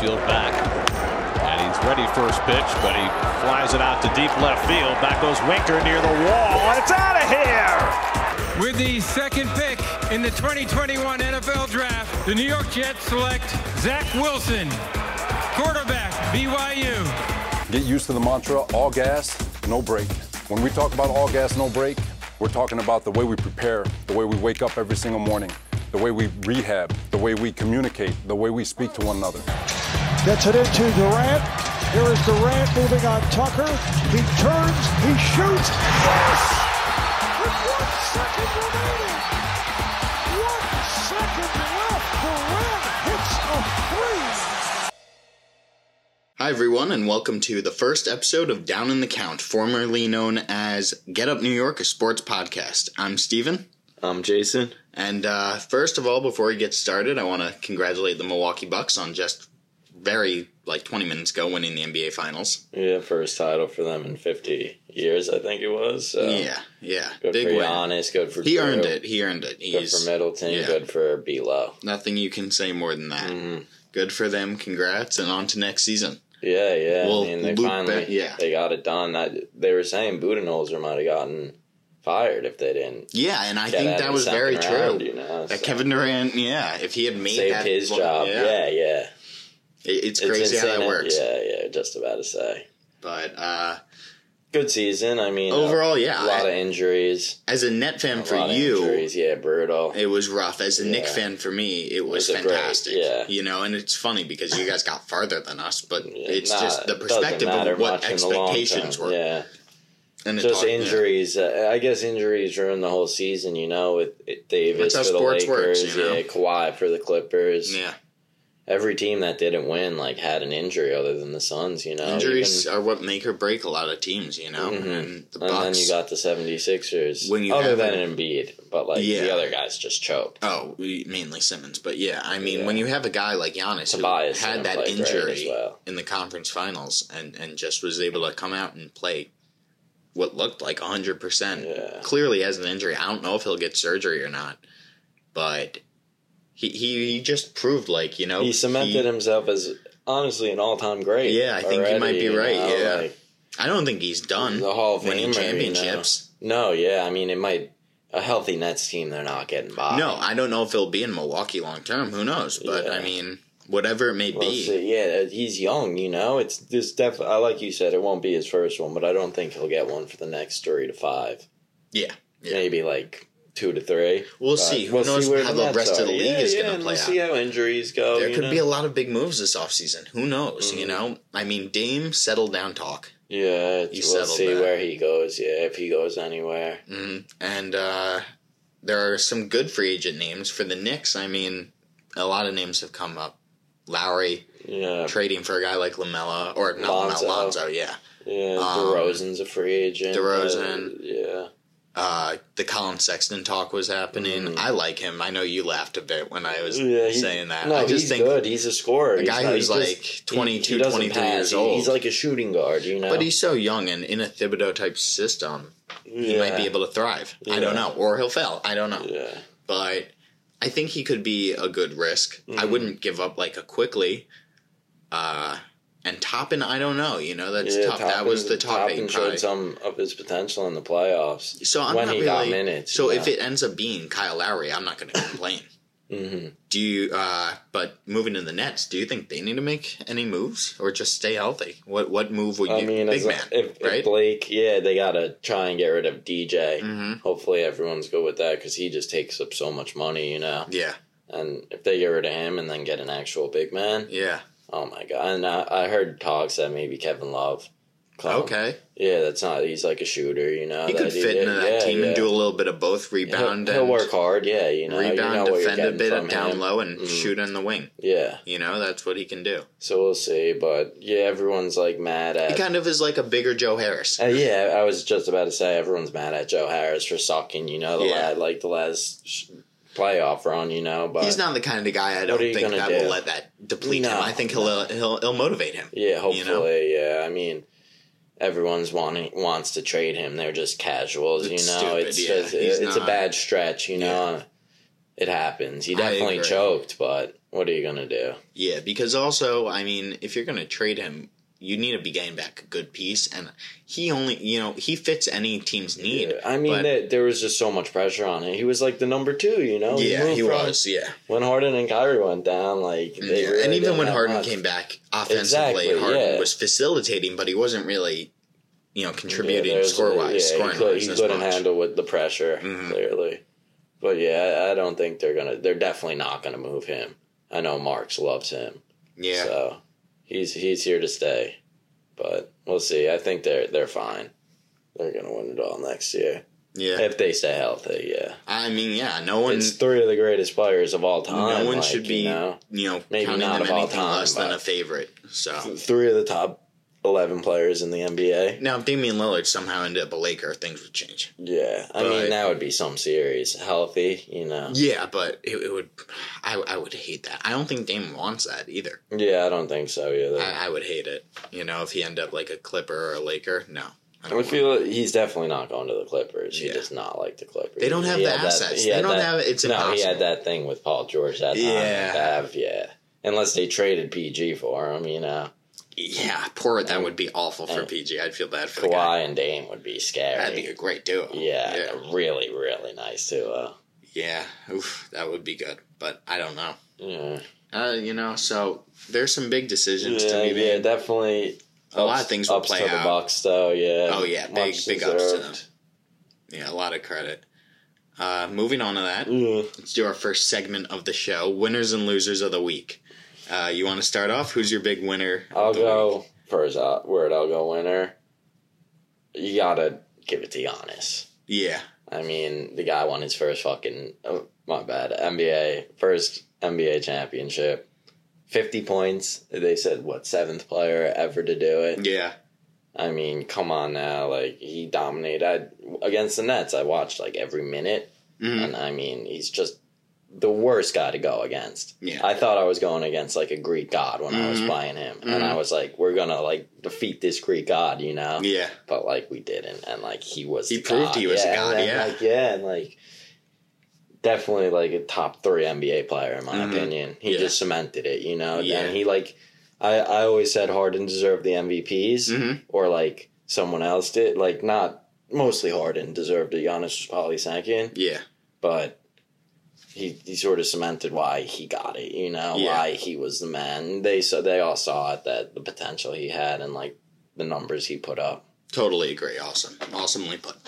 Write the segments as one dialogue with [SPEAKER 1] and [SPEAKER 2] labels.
[SPEAKER 1] field back. And he's ready first pitch, but he flies it out to deep left field. Back goes Winker near the wall, and it's out of here.
[SPEAKER 2] With the second pick in the 2021 NFL Draft, the New York Jets select Zach Wilson, quarterback, BYU.
[SPEAKER 3] Get used to the mantra all gas, no break. When we talk about all gas, no break, we're talking about the way we prepare, the way we wake up every single morning, the way we rehab, the way we communicate, the way we speak to one another.
[SPEAKER 4] Gets it into Durant. Here is Durant moving on Tucker. He turns. He shoots. Yes! With one second remaining. One second left. Durant hits a three.
[SPEAKER 5] Hi, everyone, and welcome to the first episode of Down in the Count, formerly known as Get Up New York, a sports podcast. I'm Steven.
[SPEAKER 6] I'm Jason.
[SPEAKER 5] And uh, first of all, before we get started, I want to congratulate the Milwaukee Bucks on just very, like 20 minutes ago, winning the NBA Finals.
[SPEAKER 6] Yeah, first title for them in 50 years, I think it was. So.
[SPEAKER 5] Yeah, yeah.
[SPEAKER 6] Good
[SPEAKER 5] Big
[SPEAKER 6] for
[SPEAKER 5] win.
[SPEAKER 6] Giannis. Good for
[SPEAKER 5] He
[SPEAKER 6] Drew,
[SPEAKER 5] earned it. He earned it.
[SPEAKER 6] Good
[SPEAKER 5] He's
[SPEAKER 6] for Middleton.
[SPEAKER 5] yeah.
[SPEAKER 6] Good for Below.
[SPEAKER 5] nothing you can say more than that.
[SPEAKER 6] Mm-hmm.
[SPEAKER 5] Good for them. Congrats, and on to next season.
[SPEAKER 6] Yeah, yeah.
[SPEAKER 5] Well,
[SPEAKER 6] I mean, they
[SPEAKER 5] Luke
[SPEAKER 6] finally
[SPEAKER 5] Ben- yeah.
[SPEAKER 6] they got it done. I, they were saying Budenholzer might have gotten fired if they didn't.
[SPEAKER 5] Yeah, and I
[SPEAKER 6] get out
[SPEAKER 5] think
[SPEAKER 6] of
[SPEAKER 5] that
[SPEAKER 6] the
[SPEAKER 5] was
[SPEAKER 6] second
[SPEAKER 5] very
[SPEAKER 6] round,
[SPEAKER 5] true.
[SPEAKER 6] You know,
[SPEAKER 5] That
[SPEAKER 6] so.
[SPEAKER 5] Kevin Durant, yeah, if he had made
[SPEAKER 6] saved
[SPEAKER 5] that
[SPEAKER 6] his
[SPEAKER 5] block-
[SPEAKER 6] job. Yeah, yeah.
[SPEAKER 5] It- it's
[SPEAKER 6] It's
[SPEAKER 5] crazy how that
[SPEAKER 6] insane.
[SPEAKER 5] works.
[SPEAKER 6] Yeah, yeah. Just about to say.
[SPEAKER 5] But uh,
[SPEAKER 6] Good season. I mean, uh,
[SPEAKER 5] Overall, yeah,
[SPEAKER 6] A lot
[SPEAKER 5] I-
[SPEAKER 6] of injuries.
[SPEAKER 5] as a net fan
[SPEAKER 6] A
[SPEAKER 5] for
[SPEAKER 6] lot of
[SPEAKER 5] you,
[SPEAKER 6] injuries. Yeah, brutal.
[SPEAKER 5] it was rough. As a Nick
[SPEAKER 6] Yeah.
[SPEAKER 5] fan for me, it was,
[SPEAKER 6] Was it great?
[SPEAKER 5] fantastic.
[SPEAKER 6] Yeah.
[SPEAKER 5] You know, and it's funny because you guys got farther than us, but
[SPEAKER 6] Yeah,
[SPEAKER 5] it's
[SPEAKER 6] nah,
[SPEAKER 5] just the
[SPEAKER 6] it doesn't
[SPEAKER 5] perspective
[SPEAKER 6] matter
[SPEAKER 5] of what
[SPEAKER 6] much in the long
[SPEAKER 5] expectations
[SPEAKER 6] term.
[SPEAKER 5] were.
[SPEAKER 6] Yeah,
[SPEAKER 5] And it
[SPEAKER 6] just
[SPEAKER 5] taught- yeah.
[SPEAKER 6] injuries. Uh, I guess injuries ruined the whole season. You know, with it- Davis
[SPEAKER 5] That's how
[SPEAKER 6] for the
[SPEAKER 5] sports
[SPEAKER 6] Lakers,
[SPEAKER 5] works, you know?
[SPEAKER 6] yeah, Kawhi for the Clippers.
[SPEAKER 5] Yeah.
[SPEAKER 6] Every team that didn't win like had an injury other than the Suns. You know,
[SPEAKER 5] Injuries
[SPEAKER 6] Oh, Even- Mhm. Mm-hmm.
[SPEAKER 5] are what make or break a lot of teams, you know? And the
[SPEAKER 6] and then
[SPEAKER 5] Bucks.
[SPEAKER 6] you got the 76ers.
[SPEAKER 5] When you
[SPEAKER 6] other
[SPEAKER 5] have
[SPEAKER 6] than
[SPEAKER 5] an-
[SPEAKER 6] Embiid, but like
[SPEAKER 5] Yeah.
[SPEAKER 6] the other guys just choked.
[SPEAKER 5] Oh, we- mainly Simmons, but yeah, I mean,
[SPEAKER 6] Yeah.
[SPEAKER 5] when you have a guy like Giannis
[SPEAKER 6] Tobias
[SPEAKER 5] who had
[SPEAKER 6] didn't
[SPEAKER 5] that
[SPEAKER 6] play great
[SPEAKER 5] injury
[SPEAKER 6] as well.
[SPEAKER 5] in the conference finals and and just was able to come out and play what looked like hundred
[SPEAKER 6] Yeah.
[SPEAKER 5] percent, clearly has an injury. I don't know if he'll get surgery or not, but he he, he just proved like you know
[SPEAKER 6] He cemented
[SPEAKER 5] Oh, he-
[SPEAKER 6] himself as honestly an all-time great.
[SPEAKER 5] Yeah, I think you might
[SPEAKER 6] already,
[SPEAKER 5] be right,
[SPEAKER 6] know,
[SPEAKER 5] yeah.
[SPEAKER 6] like,
[SPEAKER 5] I don't think he's done
[SPEAKER 6] the Hall of
[SPEAKER 5] winning
[SPEAKER 6] Famer,
[SPEAKER 5] championships.
[SPEAKER 6] You know? No, yeah, I mean it might a healthy Nets team they're not getting by.
[SPEAKER 5] No, I don't know if he'll be in Milwaukee long term. Who knows? But
[SPEAKER 6] Yeah.
[SPEAKER 5] I mean, whatever it may
[SPEAKER 6] Well,
[SPEAKER 5] be,
[SPEAKER 6] so, yeah, uh, he's young, you know. It's this def. I like you said, it won't be his first one, but I don't think he'll get one for the next three to five,
[SPEAKER 5] yeah, yeah.
[SPEAKER 6] maybe like two to three.
[SPEAKER 5] We'll
[SPEAKER 6] But
[SPEAKER 5] see. Who knows how the
[SPEAKER 6] Nets
[SPEAKER 5] rest of
[SPEAKER 6] are.
[SPEAKER 5] the league
[SPEAKER 6] Yeah,
[SPEAKER 5] is
[SPEAKER 6] yeah,
[SPEAKER 5] gonna
[SPEAKER 6] and
[SPEAKER 5] play
[SPEAKER 6] We'll
[SPEAKER 5] out.
[SPEAKER 6] see how injuries go.
[SPEAKER 5] There
[SPEAKER 6] you
[SPEAKER 5] could
[SPEAKER 6] know?
[SPEAKER 5] be a lot of big moves this offseason. Who knows?
[SPEAKER 6] Mm-hmm.
[SPEAKER 5] You know? I mean, Dame, settle down talk.
[SPEAKER 6] yeah.
[SPEAKER 5] You
[SPEAKER 6] we'll
[SPEAKER 5] settle
[SPEAKER 6] see
[SPEAKER 5] that. Mm.
[SPEAKER 6] where he goes. Yeah, if he goes anywhere.
[SPEAKER 5] And uh, there are some good free agent names for the Knicks. I mean, a lot of names have come up. Lowry
[SPEAKER 6] Yeah,
[SPEAKER 5] trading for a guy like Lamella or not Lonzo.
[SPEAKER 6] Lonzo.
[SPEAKER 5] Lonzo, yeah.
[SPEAKER 6] yeah.
[SPEAKER 5] Um,
[SPEAKER 6] DeRozan's a free agent. uh,
[SPEAKER 5] DeRozan.
[SPEAKER 6] yeah.
[SPEAKER 5] Uh, the Colin Sexton talk was happening. I like him. I know you laughed a bit when I was
[SPEAKER 6] Mm-hmm. Yeah, he's-
[SPEAKER 5] saying that.
[SPEAKER 6] No,
[SPEAKER 5] I just
[SPEAKER 6] he's
[SPEAKER 5] think
[SPEAKER 6] good. He's a scorer.
[SPEAKER 5] a
[SPEAKER 6] He's
[SPEAKER 5] guy
[SPEAKER 6] not-
[SPEAKER 5] who's
[SPEAKER 6] he just-
[SPEAKER 5] like 22,
[SPEAKER 6] doesn't
[SPEAKER 5] 23
[SPEAKER 6] pass.
[SPEAKER 5] years
[SPEAKER 6] He-
[SPEAKER 5] old.
[SPEAKER 6] He's like a shooting guard, you know.
[SPEAKER 5] But he's so young and in a Thibodeau type system, he might be able to thrive. I don't
[SPEAKER 6] Yeah.
[SPEAKER 5] know. Or he'll fail. I don't know.
[SPEAKER 6] Yeah.
[SPEAKER 5] But I think he could be a good risk. I
[SPEAKER 6] Mm-hmm.
[SPEAKER 5] wouldn't give up like a quickly. Uh and Toppin, I don't know. You know, that's
[SPEAKER 6] yeah,
[SPEAKER 5] tough. that
[SPEAKER 6] Toppin-
[SPEAKER 5] was the top
[SPEAKER 6] Toppin
[SPEAKER 5] eight. probably.
[SPEAKER 6] showed some of his potential in the playoffs.
[SPEAKER 5] So I'm
[SPEAKER 6] when
[SPEAKER 5] not
[SPEAKER 6] he
[SPEAKER 5] really,
[SPEAKER 6] got minutes.
[SPEAKER 5] So
[SPEAKER 6] you
[SPEAKER 5] if
[SPEAKER 6] know.
[SPEAKER 5] it ends up being Kyle Lowry, I'm not going to complain.
[SPEAKER 6] Mm-hmm.
[SPEAKER 5] Do you? Uh, but moving to the Nets, do you think they need to make any moves or just stay healthy? What what move would you?
[SPEAKER 6] I mean,
[SPEAKER 5] big
[SPEAKER 6] as,
[SPEAKER 5] man,
[SPEAKER 6] if, if
[SPEAKER 5] right?
[SPEAKER 6] Blake, yeah, they gotta try and get rid of DJ.
[SPEAKER 5] Mm-hmm.
[SPEAKER 6] Hopefully, everyone's good with that because he just takes up so much money, you know.
[SPEAKER 5] yeah,
[SPEAKER 6] And if they get rid of him and then get an actual big man,
[SPEAKER 5] yeah.
[SPEAKER 6] oh my god! And I, I heard talks that maybe Kevin Love. come.
[SPEAKER 5] Okay,
[SPEAKER 6] Yeah, that's not. He's like a shooter, you know.
[SPEAKER 5] he could
[SPEAKER 6] Oh. that
[SPEAKER 5] fit into that
[SPEAKER 6] yeah,
[SPEAKER 5] team
[SPEAKER 6] yeah.
[SPEAKER 5] and do a little bit of both rebound
[SPEAKER 6] He'll, he'll
[SPEAKER 5] and
[SPEAKER 6] work hard, yeah. You know, you know
[SPEAKER 5] rebound,
[SPEAKER 6] what you're
[SPEAKER 5] defend a
[SPEAKER 6] getting Mm.
[SPEAKER 5] bit
[SPEAKER 6] from
[SPEAKER 5] down
[SPEAKER 6] him.
[SPEAKER 5] low, and shoot on the wing.
[SPEAKER 6] Yeah,
[SPEAKER 5] You know, that's what he can do.
[SPEAKER 6] so we'll see. But yeah, everyone's like mad at.
[SPEAKER 5] He kind of is like a bigger Joe Harris.
[SPEAKER 6] Uh, yeah, I was just about to say everyone's mad at Joe Harris for sucking. You know, the
[SPEAKER 5] Yeah.
[SPEAKER 6] lad, like the last sh- playoff run. You know, but
[SPEAKER 5] He's not the kind of guy I don't
[SPEAKER 6] are you
[SPEAKER 5] think
[SPEAKER 6] gonna
[SPEAKER 5] that
[SPEAKER 6] do?
[SPEAKER 5] will let that deplete
[SPEAKER 6] No,
[SPEAKER 5] him. I think he'll uh, he'll he'll motivate him.
[SPEAKER 6] Yeah,
[SPEAKER 5] you know?
[SPEAKER 6] hopefully. Yeah, I mean, everyone's wanting wants to trade him. They're just casuals.
[SPEAKER 5] It's
[SPEAKER 6] you know,
[SPEAKER 5] stupid,
[SPEAKER 6] it's
[SPEAKER 5] yeah.
[SPEAKER 6] just
[SPEAKER 5] He's
[SPEAKER 6] it's
[SPEAKER 5] not-
[SPEAKER 6] a bad stretch. You know, it happens. He
[SPEAKER 5] I
[SPEAKER 6] definitely
[SPEAKER 5] agree.
[SPEAKER 6] choked, but What are you gonna do?
[SPEAKER 5] Yeah, because also, I mean, if you're going to trade him, you need to be getting back a good piece, and he only, you know, he fits any team's need.
[SPEAKER 6] I mean,
[SPEAKER 5] but-
[SPEAKER 6] that there was just so much pressure on it. He was like the number two, you know.
[SPEAKER 5] yeah,
[SPEAKER 6] moved
[SPEAKER 5] he
[SPEAKER 6] from-
[SPEAKER 5] was, yeah.
[SPEAKER 6] When Harden and Kyrie went down, like they
[SPEAKER 5] Yeah,
[SPEAKER 6] really
[SPEAKER 5] and even
[SPEAKER 6] didn't
[SPEAKER 5] when
[SPEAKER 6] have
[SPEAKER 5] Harden
[SPEAKER 6] much.
[SPEAKER 5] came back offensively,
[SPEAKER 6] Exactly,
[SPEAKER 5] Harden
[SPEAKER 6] yeah.
[SPEAKER 5] was facilitating, but he wasn't really, you know, contributing
[SPEAKER 6] there's-
[SPEAKER 5] score wise,
[SPEAKER 6] yeah,
[SPEAKER 5] scoring
[SPEAKER 6] he, could,
[SPEAKER 5] wise.
[SPEAKER 6] he
[SPEAKER 5] as
[SPEAKER 6] couldn't
[SPEAKER 5] much. Mm-hmm.
[SPEAKER 6] handle with the pressure clearly. But yeah, I, I don't think they're gonna. They're definitely not gonna move him. I know Marks loves him,
[SPEAKER 5] Yeah,
[SPEAKER 6] so he's he's here to stay. But we'll see. I think they're they're fine. They're gonna win it all next year
[SPEAKER 5] yeah.
[SPEAKER 6] if they stay healthy. Yeah,
[SPEAKER 5] I mean, yeah. No one,
[SPEAKER 6] it's three of the greatest players of all time.
[SPEAKER 5] no one
[SPEAKER 6] like,
[SPEAKER 5] should be,
[SPEAKER 6] You know?
[SPEAKER 5] you know,
[SPEAKER 6] Maybe
[SPEAKER 5] counting
[SPEAKER 6] not
[SPEAKER 5] them
[SPEAKER 6] of all
[SPEAKER 5] anything
[SPEAKER 6] time,
[SPEAKER 5] less than
[SPEAKER 6] but-
[SPEAKER 5] a favorite. So
[SPEAKER 6] Three of the top eleven players in the NBA.
[SPEAKER 5] now, if Damian Lillard somehow ended up a Laker, things would change.
[SPEAKER 6] Yeah, I
[SPEAKER 5] Right.
[SPEAKER 6] mean that would be some series. Healthy, you know.
[SPEAKER 5] Yeah, but it, it would. I, I would hate that. I don't think Dame wants that either.
[SPEAKER 6] Yeah, I don't think so either.
[SPEAKER 5] I, I would hate it. You know, if he ended up like a Clipper or a Laker, no. I don't
[SPEAKER 6] I
[SPEAKER 5] want it.
[SPEAKER 6] feel he's definitely not going to the Clippers. He
[SPEAKER 5] Yeah.
[SPEAKER 6] does not like the Clippers.
[SPEAKER 5] They don't have
[SPEAKER 6] He
[SPEAKER 5] the
[SPEAKER 6] had that-
[SPEAKER 5] assets.
[SPEAKER 6] he
[SPEAKER 5] They
[SPEAKER 6] had
[SPEAKER 5] don't have- it's
[SPEAKER 6] no. He
[SPEAKER 5] impossible.
[SPEAKER 6] had that thing with Paul George that time.
[SPEAKER 5] Yeah.
[SPEAKER 6] Yeah, have, yeah. Unless they traded PG for him, you know,
[SPEAKER 5] Yeah, poor. That would be awful for
[SPEAKER 6] and-
[SPEAKER 5] PG. I'd feel bad for the guy.
[SPEAKER 6] Kawhi and Dame would be scary.
[SPEAKER 5] That'd be a great duo.
[SPEAKER 6] yeah,
[SPEAKER 5] yeah,
[SPEAKER 6] really, really nice uh, duo.
[SPEAKER 5] yeah. Oof, that would be good. But I don't know.
[SPEAKER 6] Yeah,
[SPEAKER 5] Uh, you know, so there's some big decisions to
[SPEAKER 6] yeah,
[SPEAKER 5] be
[SPEAKER 6] yeah
[SPEAKER 5] made.
[SPEAKER 6] definitely.
[SPEAKER 5] A lot of things will
[SPEAKER 6] ups
[SPEAKER 5] play
[SPEAKER 6] to
[SPEAKER 5] out.
[SPEAKER 6] the Bucks, though. Yeah.
[SPEAKER 5] Oh, yeah, big-
[SPEAKER 6] Much
[SPEAKER 5] big ups to them.
[SPEAKER 6] deserved.
[SPEAKER 5] Yeah, a lot of credit. Uh, moving on to that,
[SPEAKER 6] Yeah.
[SPEAKER 5] let's do our first segment of the show: winners and losers of the week. Uh, you want to start off? Who's your big winner? of
[SPEAKER 6] I'll
[SPEAKER 5] the week?
[SPEAKER 6] go first uh, word. I'll go winner. You gotta give it to Giannis.
[SPEAKER 5] Yeah,
[SPEAKER 6] I mean, the guy won his first fucking oh, my bad NBA first NBA championship. Fifty points. They said what seventh player ever to do it.
[SPEAKER 5] yeah,
[SPEAKER 6] I mean, come on now. Like he dominated I, against the Nets. I watched like every minute, and I mean, he's just the worst guy to go against.
[SPEAKER 5] Yeah.
[SPEAKER 6] I thought I was going against like a Greek god when I was playing him, and I was like, we're gonna like defeat this Greek god, you know?
[SPEAKER 5] yeah.
[SPEAKER 6] But like we didn't, and like he was.
[SPEAKER 5] He
[SPEAKER 6] the
[SPEAKER 5] proved he was a god,
[SPEAKER 6] and,
[SPEAKER 5] yeah.
[SPEAKER 6] like yeah, and like definitely like a top three NBA player in my opinion. He
[SPEAKER 5] Mm-hmm. Yeah.
[SPEAKER 6] just cemented it, you know.
[SPEAKER 5] Yeah.
[SPEAKER 6] And he like I, I always said Harden deserved the MVPs
[SPEAKER 5] Mhm.
[SPEAKER 6] or like someone else did. Like not mostly Harden deserved it. Giannis was probably second,
[SPEAKER 5] Yeah,
[SPEAKER 6] but he he sort of cemented why he got it. You know
[SPEAKER 5] Yeah.
[SPEAKER 6] why he was the man. They so they all saw it that the potential he had and like the numbers he put up.
[SPEAKER 5] Totally agree. Awesome. Awesomely put.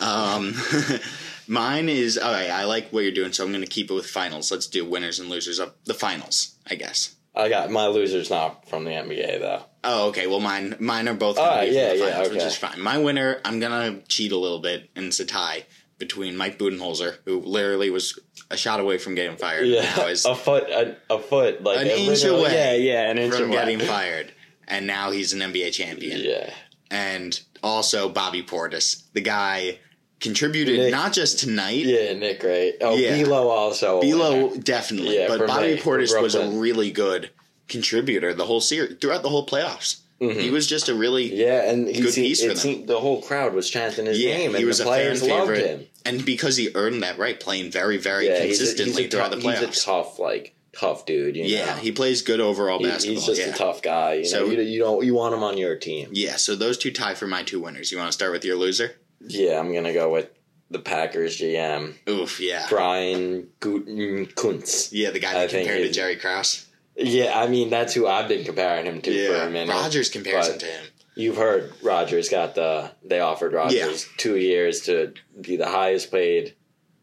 [SPEAKER 5] Um, mine is all right. I like what you're doing, so I'm going to keep it with finals. Let's do winners and losers of the finals, I guess.
[SPEAKER 6] I got my losers not from the NBA though.
[SPEAKER 5] Oh, okay. Well, mine mine are both going to
[SPEAKER 6] Ah,
[SPEAKER 5] be
[SPEAKER 6] yeah,
[SPEAKER 5] from the
[SPEAKER 6] yeah,
[SPEAKER 5] finals, which
[SPEAKER 6] okay.
[SPEAKER 5] is fine. My winner, I'm going to cheat a little bit, and it's a tie between Mike Budenholzer, who literally was a shot away from getting fired, and
[SPEAKER 6] Yeah,
[SPEAKER 5] now is
[SPEAKER 6] a foot, a, a foot, like
[SPEAKER 5] An
[SPEAKER 6] a
[SPEAKER 5] inch
[SPEAKER 6] literal-
[SPEAKER 5] away
[SPEAKER 6] Yeah, yeah, an inch
[SPEAKER 5] from
[SPEAKER 6] away.
[SPEAKER 5] getting fired, and now he's an NBA champion.
[SPEAKER 6] yeah,
[SPEAKER 5] And also Bobby Portis, the guy contributed
[SPEAKER 6] Nick-
[SPEAKER 5] not just tonight,
[SPEAKER 6] yeah, Nick, right? Oh,
[SPEAKER 5] Yeah.
[SPEAKER 6] Bilo also. a winner.
[SPEAKER 5] Below definitely,
[SPEAKER 6] Yeah,
[SPEAKER 5] but
[SPEAKER 6] for
[SPEAKER 5] Bobby
[SPEAKER 6] me, for
[SPEAKER 5] Portis was a
[SPEAKER 6] Brooklyn.
[SPEAKER 5] really good contributor the whole series throughout the whole playoffs. He was just a really
[SPEAKER 6] Mm-hmm. Yeah, and he
[SPEAKER 5] Good
[SPEAKER 6] se-
[SPEAKER 5] piece for
[SPEAKER 6] it
[SPEAKER 5] them.
[SPEAKER 6] seemed- the whole crowd was chanting his
[SPEAKER 5] yeah.
[SPEAKER 6] name,
[SPEAKER 5] he
[SPEAKER 6] and
[SPEAKER 5] was
[SPEAKER 6] the
[SPEAKER 5] a fan
[SPEAKER 6] players loved
[SPEAKER 5] favorite,
[SPEAKER 6] him.
[SPEAKER 5] and because he earned that right, playing very very
[SPEAKER 6] Yeah, he's a-
[SPEAKER 5] consistently
[SPEAKER 6] he's a,
[SPEAKER 5] throughout
[SPEAKER 6] tou-
[SPEAKER 5] the playoffs.
[SPEAKER 6] He's a tough, like tough dude. You
[SPEAKER 5] yeah,
[SPEAKER 6] know?
[SPEAKER 5] he plays good overall
[SPEAKER 6] He-
[SPEAKER 5] basketball.
[SPEAKER 6] he's just
[SPEAKER 5] yeah.
[SPEAKER 6] a tough guy. You
[SPEAKER 5] So-
[SPEAKER 6] know, you, you don't you want him on your team.
[SPEAKER 5] yeah, so those two tie for my two winners. You want to start with your loser?
[SPEAKER 6] Yeah, I'm gonna go with the Packers GM
[SPEAKER 5] Oof, yeah,
[SPEAKER 6] Brian Guten Kuntz.
[SPEAKER 5] yeah, the guy
[SPEAKER 6] I
[SPEAKER 5] that
[SPEAKER 6] think
[SPEAKER 5] compared to
[SPEAKER 6] it-
[SPEAKER 5] Jerry Krause.
[SPEAKER 6] Yeah, I mean that's who I've been comparing him to for
[SPEAKER 5] Yeah,
[SPEAKER 6] a minute.
[SPEAKER 5] Rogers comparison
[SPEAKER 6] but-
[SPEAKER 5] to him.
[SPEAKER 6] You've heard Rogers got the they offered Rogers two years to be the highest paid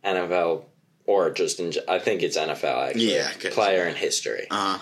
[SPEAKER 6] NFL or just in, I think it's NFL actually
[SPEAKER 5] Yeah, 'cause-
[SPEAKER 6] player in history.
[SPEAKER 5] Uh,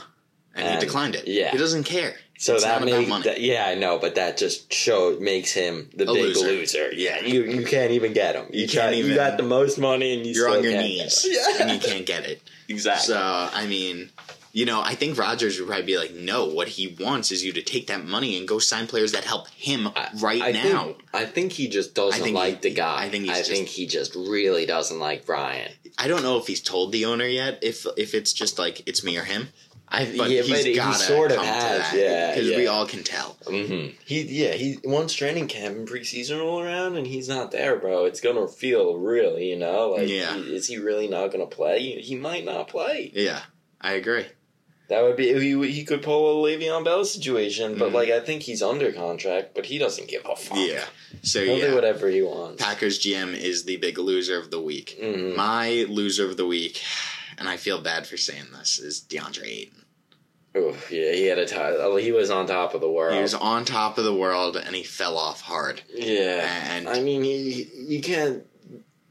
[SPEAKER 5] and,
[SPEAKER 6] And-
[SPEAKER 5] he declined it.
[SPEAKER 6] yeah.
[SPEAKER 5] he doesn't care.
[SPEAKER 6] so
[SPEAKER 5] it's
[SPEAKER 6] that
[SPEAKER 5] not about
[SPEAKER 6] makes
[SPEAKER 5] money.
[SPEAKER 6] that, yeah I know, but that just show makes him the
[SPEAKER 5] A
[SPEAKER 6] big
[SPEAKER 5] loser.
[SPEAKER 6] loser. Yeah, you you can't even get him. You,
[SPEAKER 5] can't
[SPEAKER 6] try-
[SPEAKER 5] even-
[SPEAKER 6] You got the most money and you
[SPEAKER 5] You're
[SPEAKER 6] still
[SPEAKER 5] on your
[SPEAKER 6] can't
[SPEAKER 5] knees,
[SPEAKER 6] get him.
[SPEAKER 5] and you can't get it.
[SPEAKER 6] exactly.
[SPEAKER 5] So I mean, you know, I think Rogers would probably be like, "No, what he wants is you to take that money and go sign players that help him right
[SPEAKER 6] I
[SPEAKER 5] now."
[SPEAKER 6] think, I think he just doesn't
[SPEAKER 5] I think
[SPEAKER 6] like
[SPEAKER 5] he-
[SPEAKER 6] the guy.
[SPEAKER 5] I think he's just-
[SPEAKER 6] he just really doesn't like Brian.
[SPEAKER 5] I don't know if he's told the owner yet if if it's just like it's me or him. I but
[SPEAKER 6] yeah,
[SPEAKER 5] he's
[SPEAKER 6] but he
[SPEAKER 5] gotta
[SPEAKER 6] sort of
[SPEAKER 5] come to
[SPEAKER 6] has,
[SPEAKER 5] that
[SPEAKER 6] yeah,
[SPEAKER 5] because we
[SPEAKER 6] yeah.
[SPEAKER 5] all can tell.
[SPEAKER 6] He yeah he once training camp and preseason roll around and he's not there, bro. It's gonna feel real, you know. Like,
[SPEAKER 5] Yeah.
[SPEAKER 6] is he really not gonna play? He might not play.
[SPEAKER 5] Yeah, I agree.
[SPEAKER 6] That would be he, he could pull a Le'Veon Bell situation, but like I think he's under contract, but he doesn't give a fuck.
[SPEAKER 5] Mm-hmm. Yeah. So
[SPEAKER 6] he'll do
[SPEAKER 5] yeah,
[SPEAKER 6] whatever he wants.
[SPEAKER 5] Packers GM is the big loser of the week.
[SPEAKER 6] Mm-hmm.
[SPEAKER 5] My loser of the week, and I feel bad for saying this, is DeAndre Ayton.
[SPEAKER 6] Oof, yeah, he had a tie. He was on top of the world.
[SPEAKER 5] He was on top of the world, and he fell off hard.
[SPEAKER 6] yeah,
[SPEAKER 5] and-
[SPEAKER 6] I mean, he you can't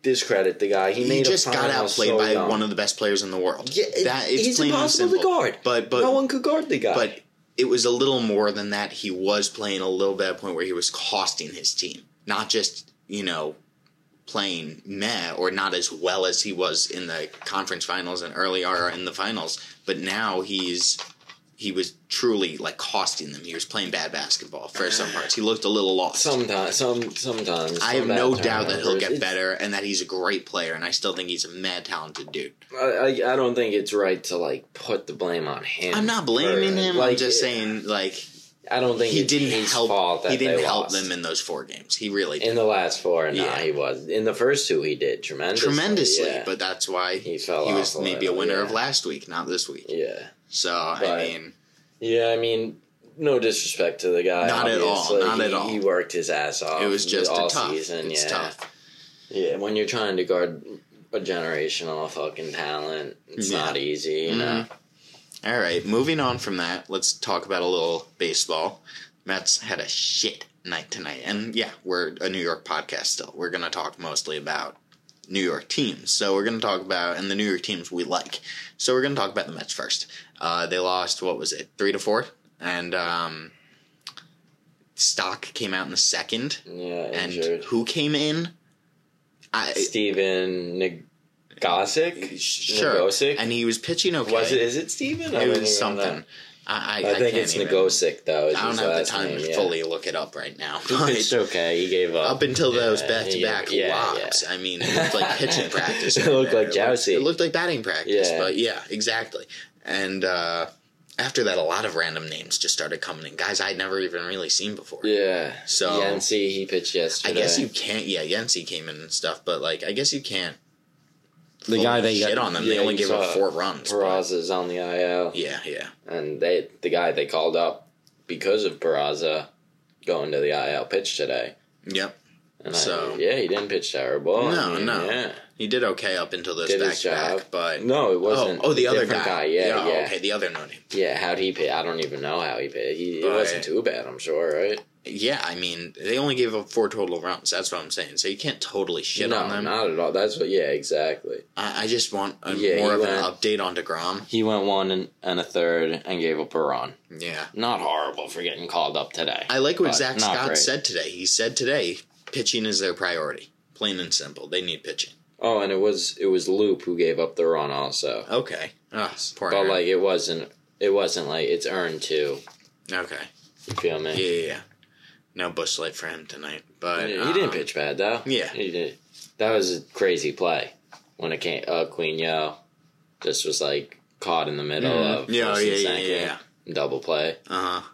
[SPEAKER 6] discredit the guy. He,
[SPEAKER 5] He,
[SPEAKER 6] made
[SPEAKER 5] just got outplayed by one of
[SPEAKER 6] the
[SPEAKER 5] the best players in the world.
[SPEAKER 6] yeah. it-
[SPEAKER 5] that is
[SPEAKER 6] he's
[SPEAKER 5] plain and
[SPEAKER 6] impossible to
[SPEAKER 5] simple.
[SPEAKER 6] guard.
[SPEAKER 5] But but
[SPEAKER 6] no one could guard the guy.
[SPEAKER 5] but it was a little more than that. He was playing a little bit at a point where he was costing his team, not just you know playing meh or not as well as he was in the conference finals and earlier in the finals. But now he's he was truly like costing them. He was playing bad basketball for some parts. He looked a little lost.
[SPEAKER 6] sometimes, some sometimes
[SPEAKER 5] I have
[SPEAKER 6] some bad
[SPEAKER 5] no doubt that he'll
[SPEAKER 6] turnovers.
[SPEAKER 5] get
[SPEAKER 6] It's-
[SPEAKER 5] better and that he's a great player, and I still think he's a mad talented dude.
[SPEAKER 6] I, I I don't think it's right to like put the blame on him.
[SPEAKER 5] I'm not blaming
[SPEAKER 6] for-
[SPEAKER 5] him. I'm
[SPEAKER 6] like,
[SPEAKER 5] just
[SPEAKER 6] it-
[SPEAKER 5] saying, like
[SPEAKER 6] I don't think
[SPEAKER 5] he
[SPEAKER 6] it's
[SPEAKER 5] didn't
[SPEAKER 6] his
[SPEAKER 5] help.
[SPEAKER 6] Fault that
[SPEAKER 5] he didn't
[SPEAKER 6] they
[SPEAKER 5] help
[SPEAKER 6] lost.
[SPEAKER 5] them in those four games. He really did.
[SPEAKER 6] In the last four, nah,
[SPEAKER 5] Yeah.
[SPEAKER 6] he was. In the first two, he did tremendously.
[SPEAKER 5] tremendously,
[SPEAKER 6] yeah.
[SPEAKER 5] but that's why
[SPEAKER 6] He fell
[SPEAKER 5] was
[SPEAKER 6] off a
[SPEAKER 5] maybe
[SPEAKER 6] little,
[SPEAKER 5] a winner
[SPEAKER 6] yeah.
[SPEAKER 5] of last week, not this week.
[SPEAKER 6] yeah,
[SPEAKER 5] So
[SPEAKER 6] But-
[SPEAKER 5] I mean,
[SPEAKER 6] yeah. I mean, no disrespect to the guy.
[SPEAKER 5] Not at all,
[SPEAKER 6] obviously.
[SPEAKER 5] not at
[SPEAKER 6] He-
[SPEAKER 5] all.
[SPEAKER 6] He worked his ass off.
[SPEAKER 5] it was just
[SPEAKER 6] all
[SPEAKER 5] a tough.
[SPEAKER 6] season.
[SPEAKER 5] it's
[SPEAKER 6] yeah,
[SPEAKER 5] tough.
[SPEAKER 6] yeah. When you're trying to guard a generational fucking talent, it's
[SPEAKER 5] Yeah.
[SPEAKER 6] not easy. You know,
[SPEAKER 5] All right, moving on from that, let's talk about a little baseball. Mets had a shit night tonight, and yeah, we're a New York podcast still. We're gonna talk mostly about New York teams. So we're gonna talk about and the New York teams we like. So we're gonna talk about the Mets first. Uh, they lost what was it, three to four, and um, stock came out in the second.
[SPEAKER 6] yeah.
[SPEAKER 5] Mm-hmm. and
[SPEAKER 6] Injured.
[SPEAKER 5] who came in? I
[SPEAKER 6] Steven Neg- Gossick?
[SPEAKER 5] sure,
[SPEAKER 6] Negosic?
[SPEAKER 5] and he was pitching okay.
[SPEAKER 6] Was it? Is it Steven? I
[SPEAKER 5] It
[SPEAKER 6] don't
[SPEAKER 5] was
[SPEAKER 6] even know.
[SPEAKER 5] something. I, I,
[SPEAKER 6] I, think
[SPEAKER 5] can't
[SPEAKER 6] it's
[SPEAKER 5] even-
[SPEAKER 6] Negosic though. is
[SPEAKER 5] I don't
[SPEAKER 6] his
[SPEAKER 5] have the
[SPEAKER 6] last
[SPEAKER 5] time
[SPEAKER 6] name,
[SPEAKER 5] to
[SPEAKER 6] yeah.
[SPEAKER 5] fully look it up right now.
[SPEAKER 6] It's
[SPEAKER 5] but
[SPEAKER 6] okay. He gave up.
[SPEAKER 5] Up until those back to back
[SPEAKER 6] yeah, yeah.
[SPEAKER 5] lobs, I mean, it looked like pitching practice.
[SPEAKER 6] It looked like
[SPEAKER 5] looked-
[SPEAKER 6] Jousey.
[SPEAKER 5] It looked like batting practice,
[SPEAKER 6] Yeah.
[SPEAKER 5] but yeah, exactly. And uh, after that, a lot of random names just started coming in. Guys I'd never even really seen before.
[SPEAKER 6] yeah.
[SPEAKER 5] So-
[SPEAKER 6] Yancey, he pitched
[SPEAKER 5] I
[SPEAKER 6] yesterday.
[SPEAKER 5] guess you can't. Yeah, Yancey came in and stuff, but like, I guess you can't
[SPEAKER 6] the
[SPEAKER 5] guy they shit on them. they
[SPEAKER 6] yeah,
[SPEAKER 5] only
[SPEAKER 6] you
[SPEAKER 5] gave up
[SPEAKER 6] saw
[SPEAKER 5] four runs. but-
[SPEAKER 6] Peraza's on the IL,
[SPEAKER 5] Yeah, yeah.
[SPEAKER 6] and they the guy they called up because of Peraza going to the IL pitch today.
[SPEAKER 5] Yep.
[SPEAKER 6] And
[SPEAKER 5] So-
[SPEAKER 6] I, yeah, he didn't pitch terrible. I
[SPEAKER 5] No,
[SPEAKER 6] mean,
[SPEAKER 5] no.
[SPEAKER 6] yeah.
[SPEAKER 5] He did okay up until those
[SPEAKER 6] Did
[SPEAKER 5] back
[SPEAKER 6] his
[SPEAKER 5] to
[SPEAKER 6] job.
[SPEAKER 5] back, but
[SPEAKER 6] No, it
[SPEAKER 5] oh,
[SPEAKER 6] wasn't.
[SPEAKER 5] oh, the other guy.
[SPEAKER 6] Different Yeah,
[SPEAKER 5] oh,
[SPEAKER 6] yeah.
[SPEAKER 5] Okay, the other no name.
[SPEAKER 6] Yeah, how'd he pay? I don't even know how he paid. He, it
[SPEAKER 5] Right.
[SPEAKER 6] wasn't too bad, I'm sure, right?
[SPEAKER 5] Yeah, I mean, they only gave up four total runs. That's what I'm saying. So you can't totally shit
[SPEAKER 6] no,
[SPEAKER 5] on them.
[SPEAKER 6] not at all. That's what. Yeah, exactly.
[SPEAKER 5] I, I just want a,
[SPEAKER 6] Yeah,
[SPEAKER 5] more
[SPEAKER 6] he
[SPEAKER 5] of an
[SPEAKER 6] went-
[SPEAKER 5] update on Degrom.
[SPEAKER 6] He went one and, and a third and gave up a run.
[SPEAKER 5] Yeah,
[SPEAKER 6] Not horrible for getting called up today.
[SPEAKER 5] I like what
[SPEAKER 6] but
[SPEAKER 5] Zach
[SPEAKER 6] not
[SPEAKER 5] Scott
[SPEAKER 6] great.
[SPEAKER 5] said today. He said today, pitching is their priority. Plain and simple. They need pitching.
[SPEAKER 6] Oh, and it was it was Loop who gave up the run also.
[SPEAKER 5] Okay. Oh, poor
[SPEAKER 6] But
[SPEAKER 5] Aaron.
[SPEAKER 6] like it wasn't it wasn't like it's earned too.
[SPEAKER 5] okay.
[SPEAKER 6] You feel
[SPEAKER 5] Yeah,
[SPEAKER 6] me?
[SPEAKER 5] yeah, yeah. No bush light for him tonight, but
[SPEAKER 6] he
[SPEAKER 5] um,
[SPEAKER 6] didn't pitch bad though.
[SPEAKER 5] yeah.
[SPEAKER 6] he did. That was a crazy play when it came. Uh, Queen Yo just was like caught in the middle
[SPEAKER 5] Mhm.
[SPEAKER 6] of
[SPEAKER 5] Yeah,
[SPEAKER 6] Wilson
[SPEAKER 5] yeah, yeah,
[SPEAKER 6] Sankey.
[SPEAKER 5] yeah,
[SPEAKER 6] double play.
[SPEAKER 5] Uh huh.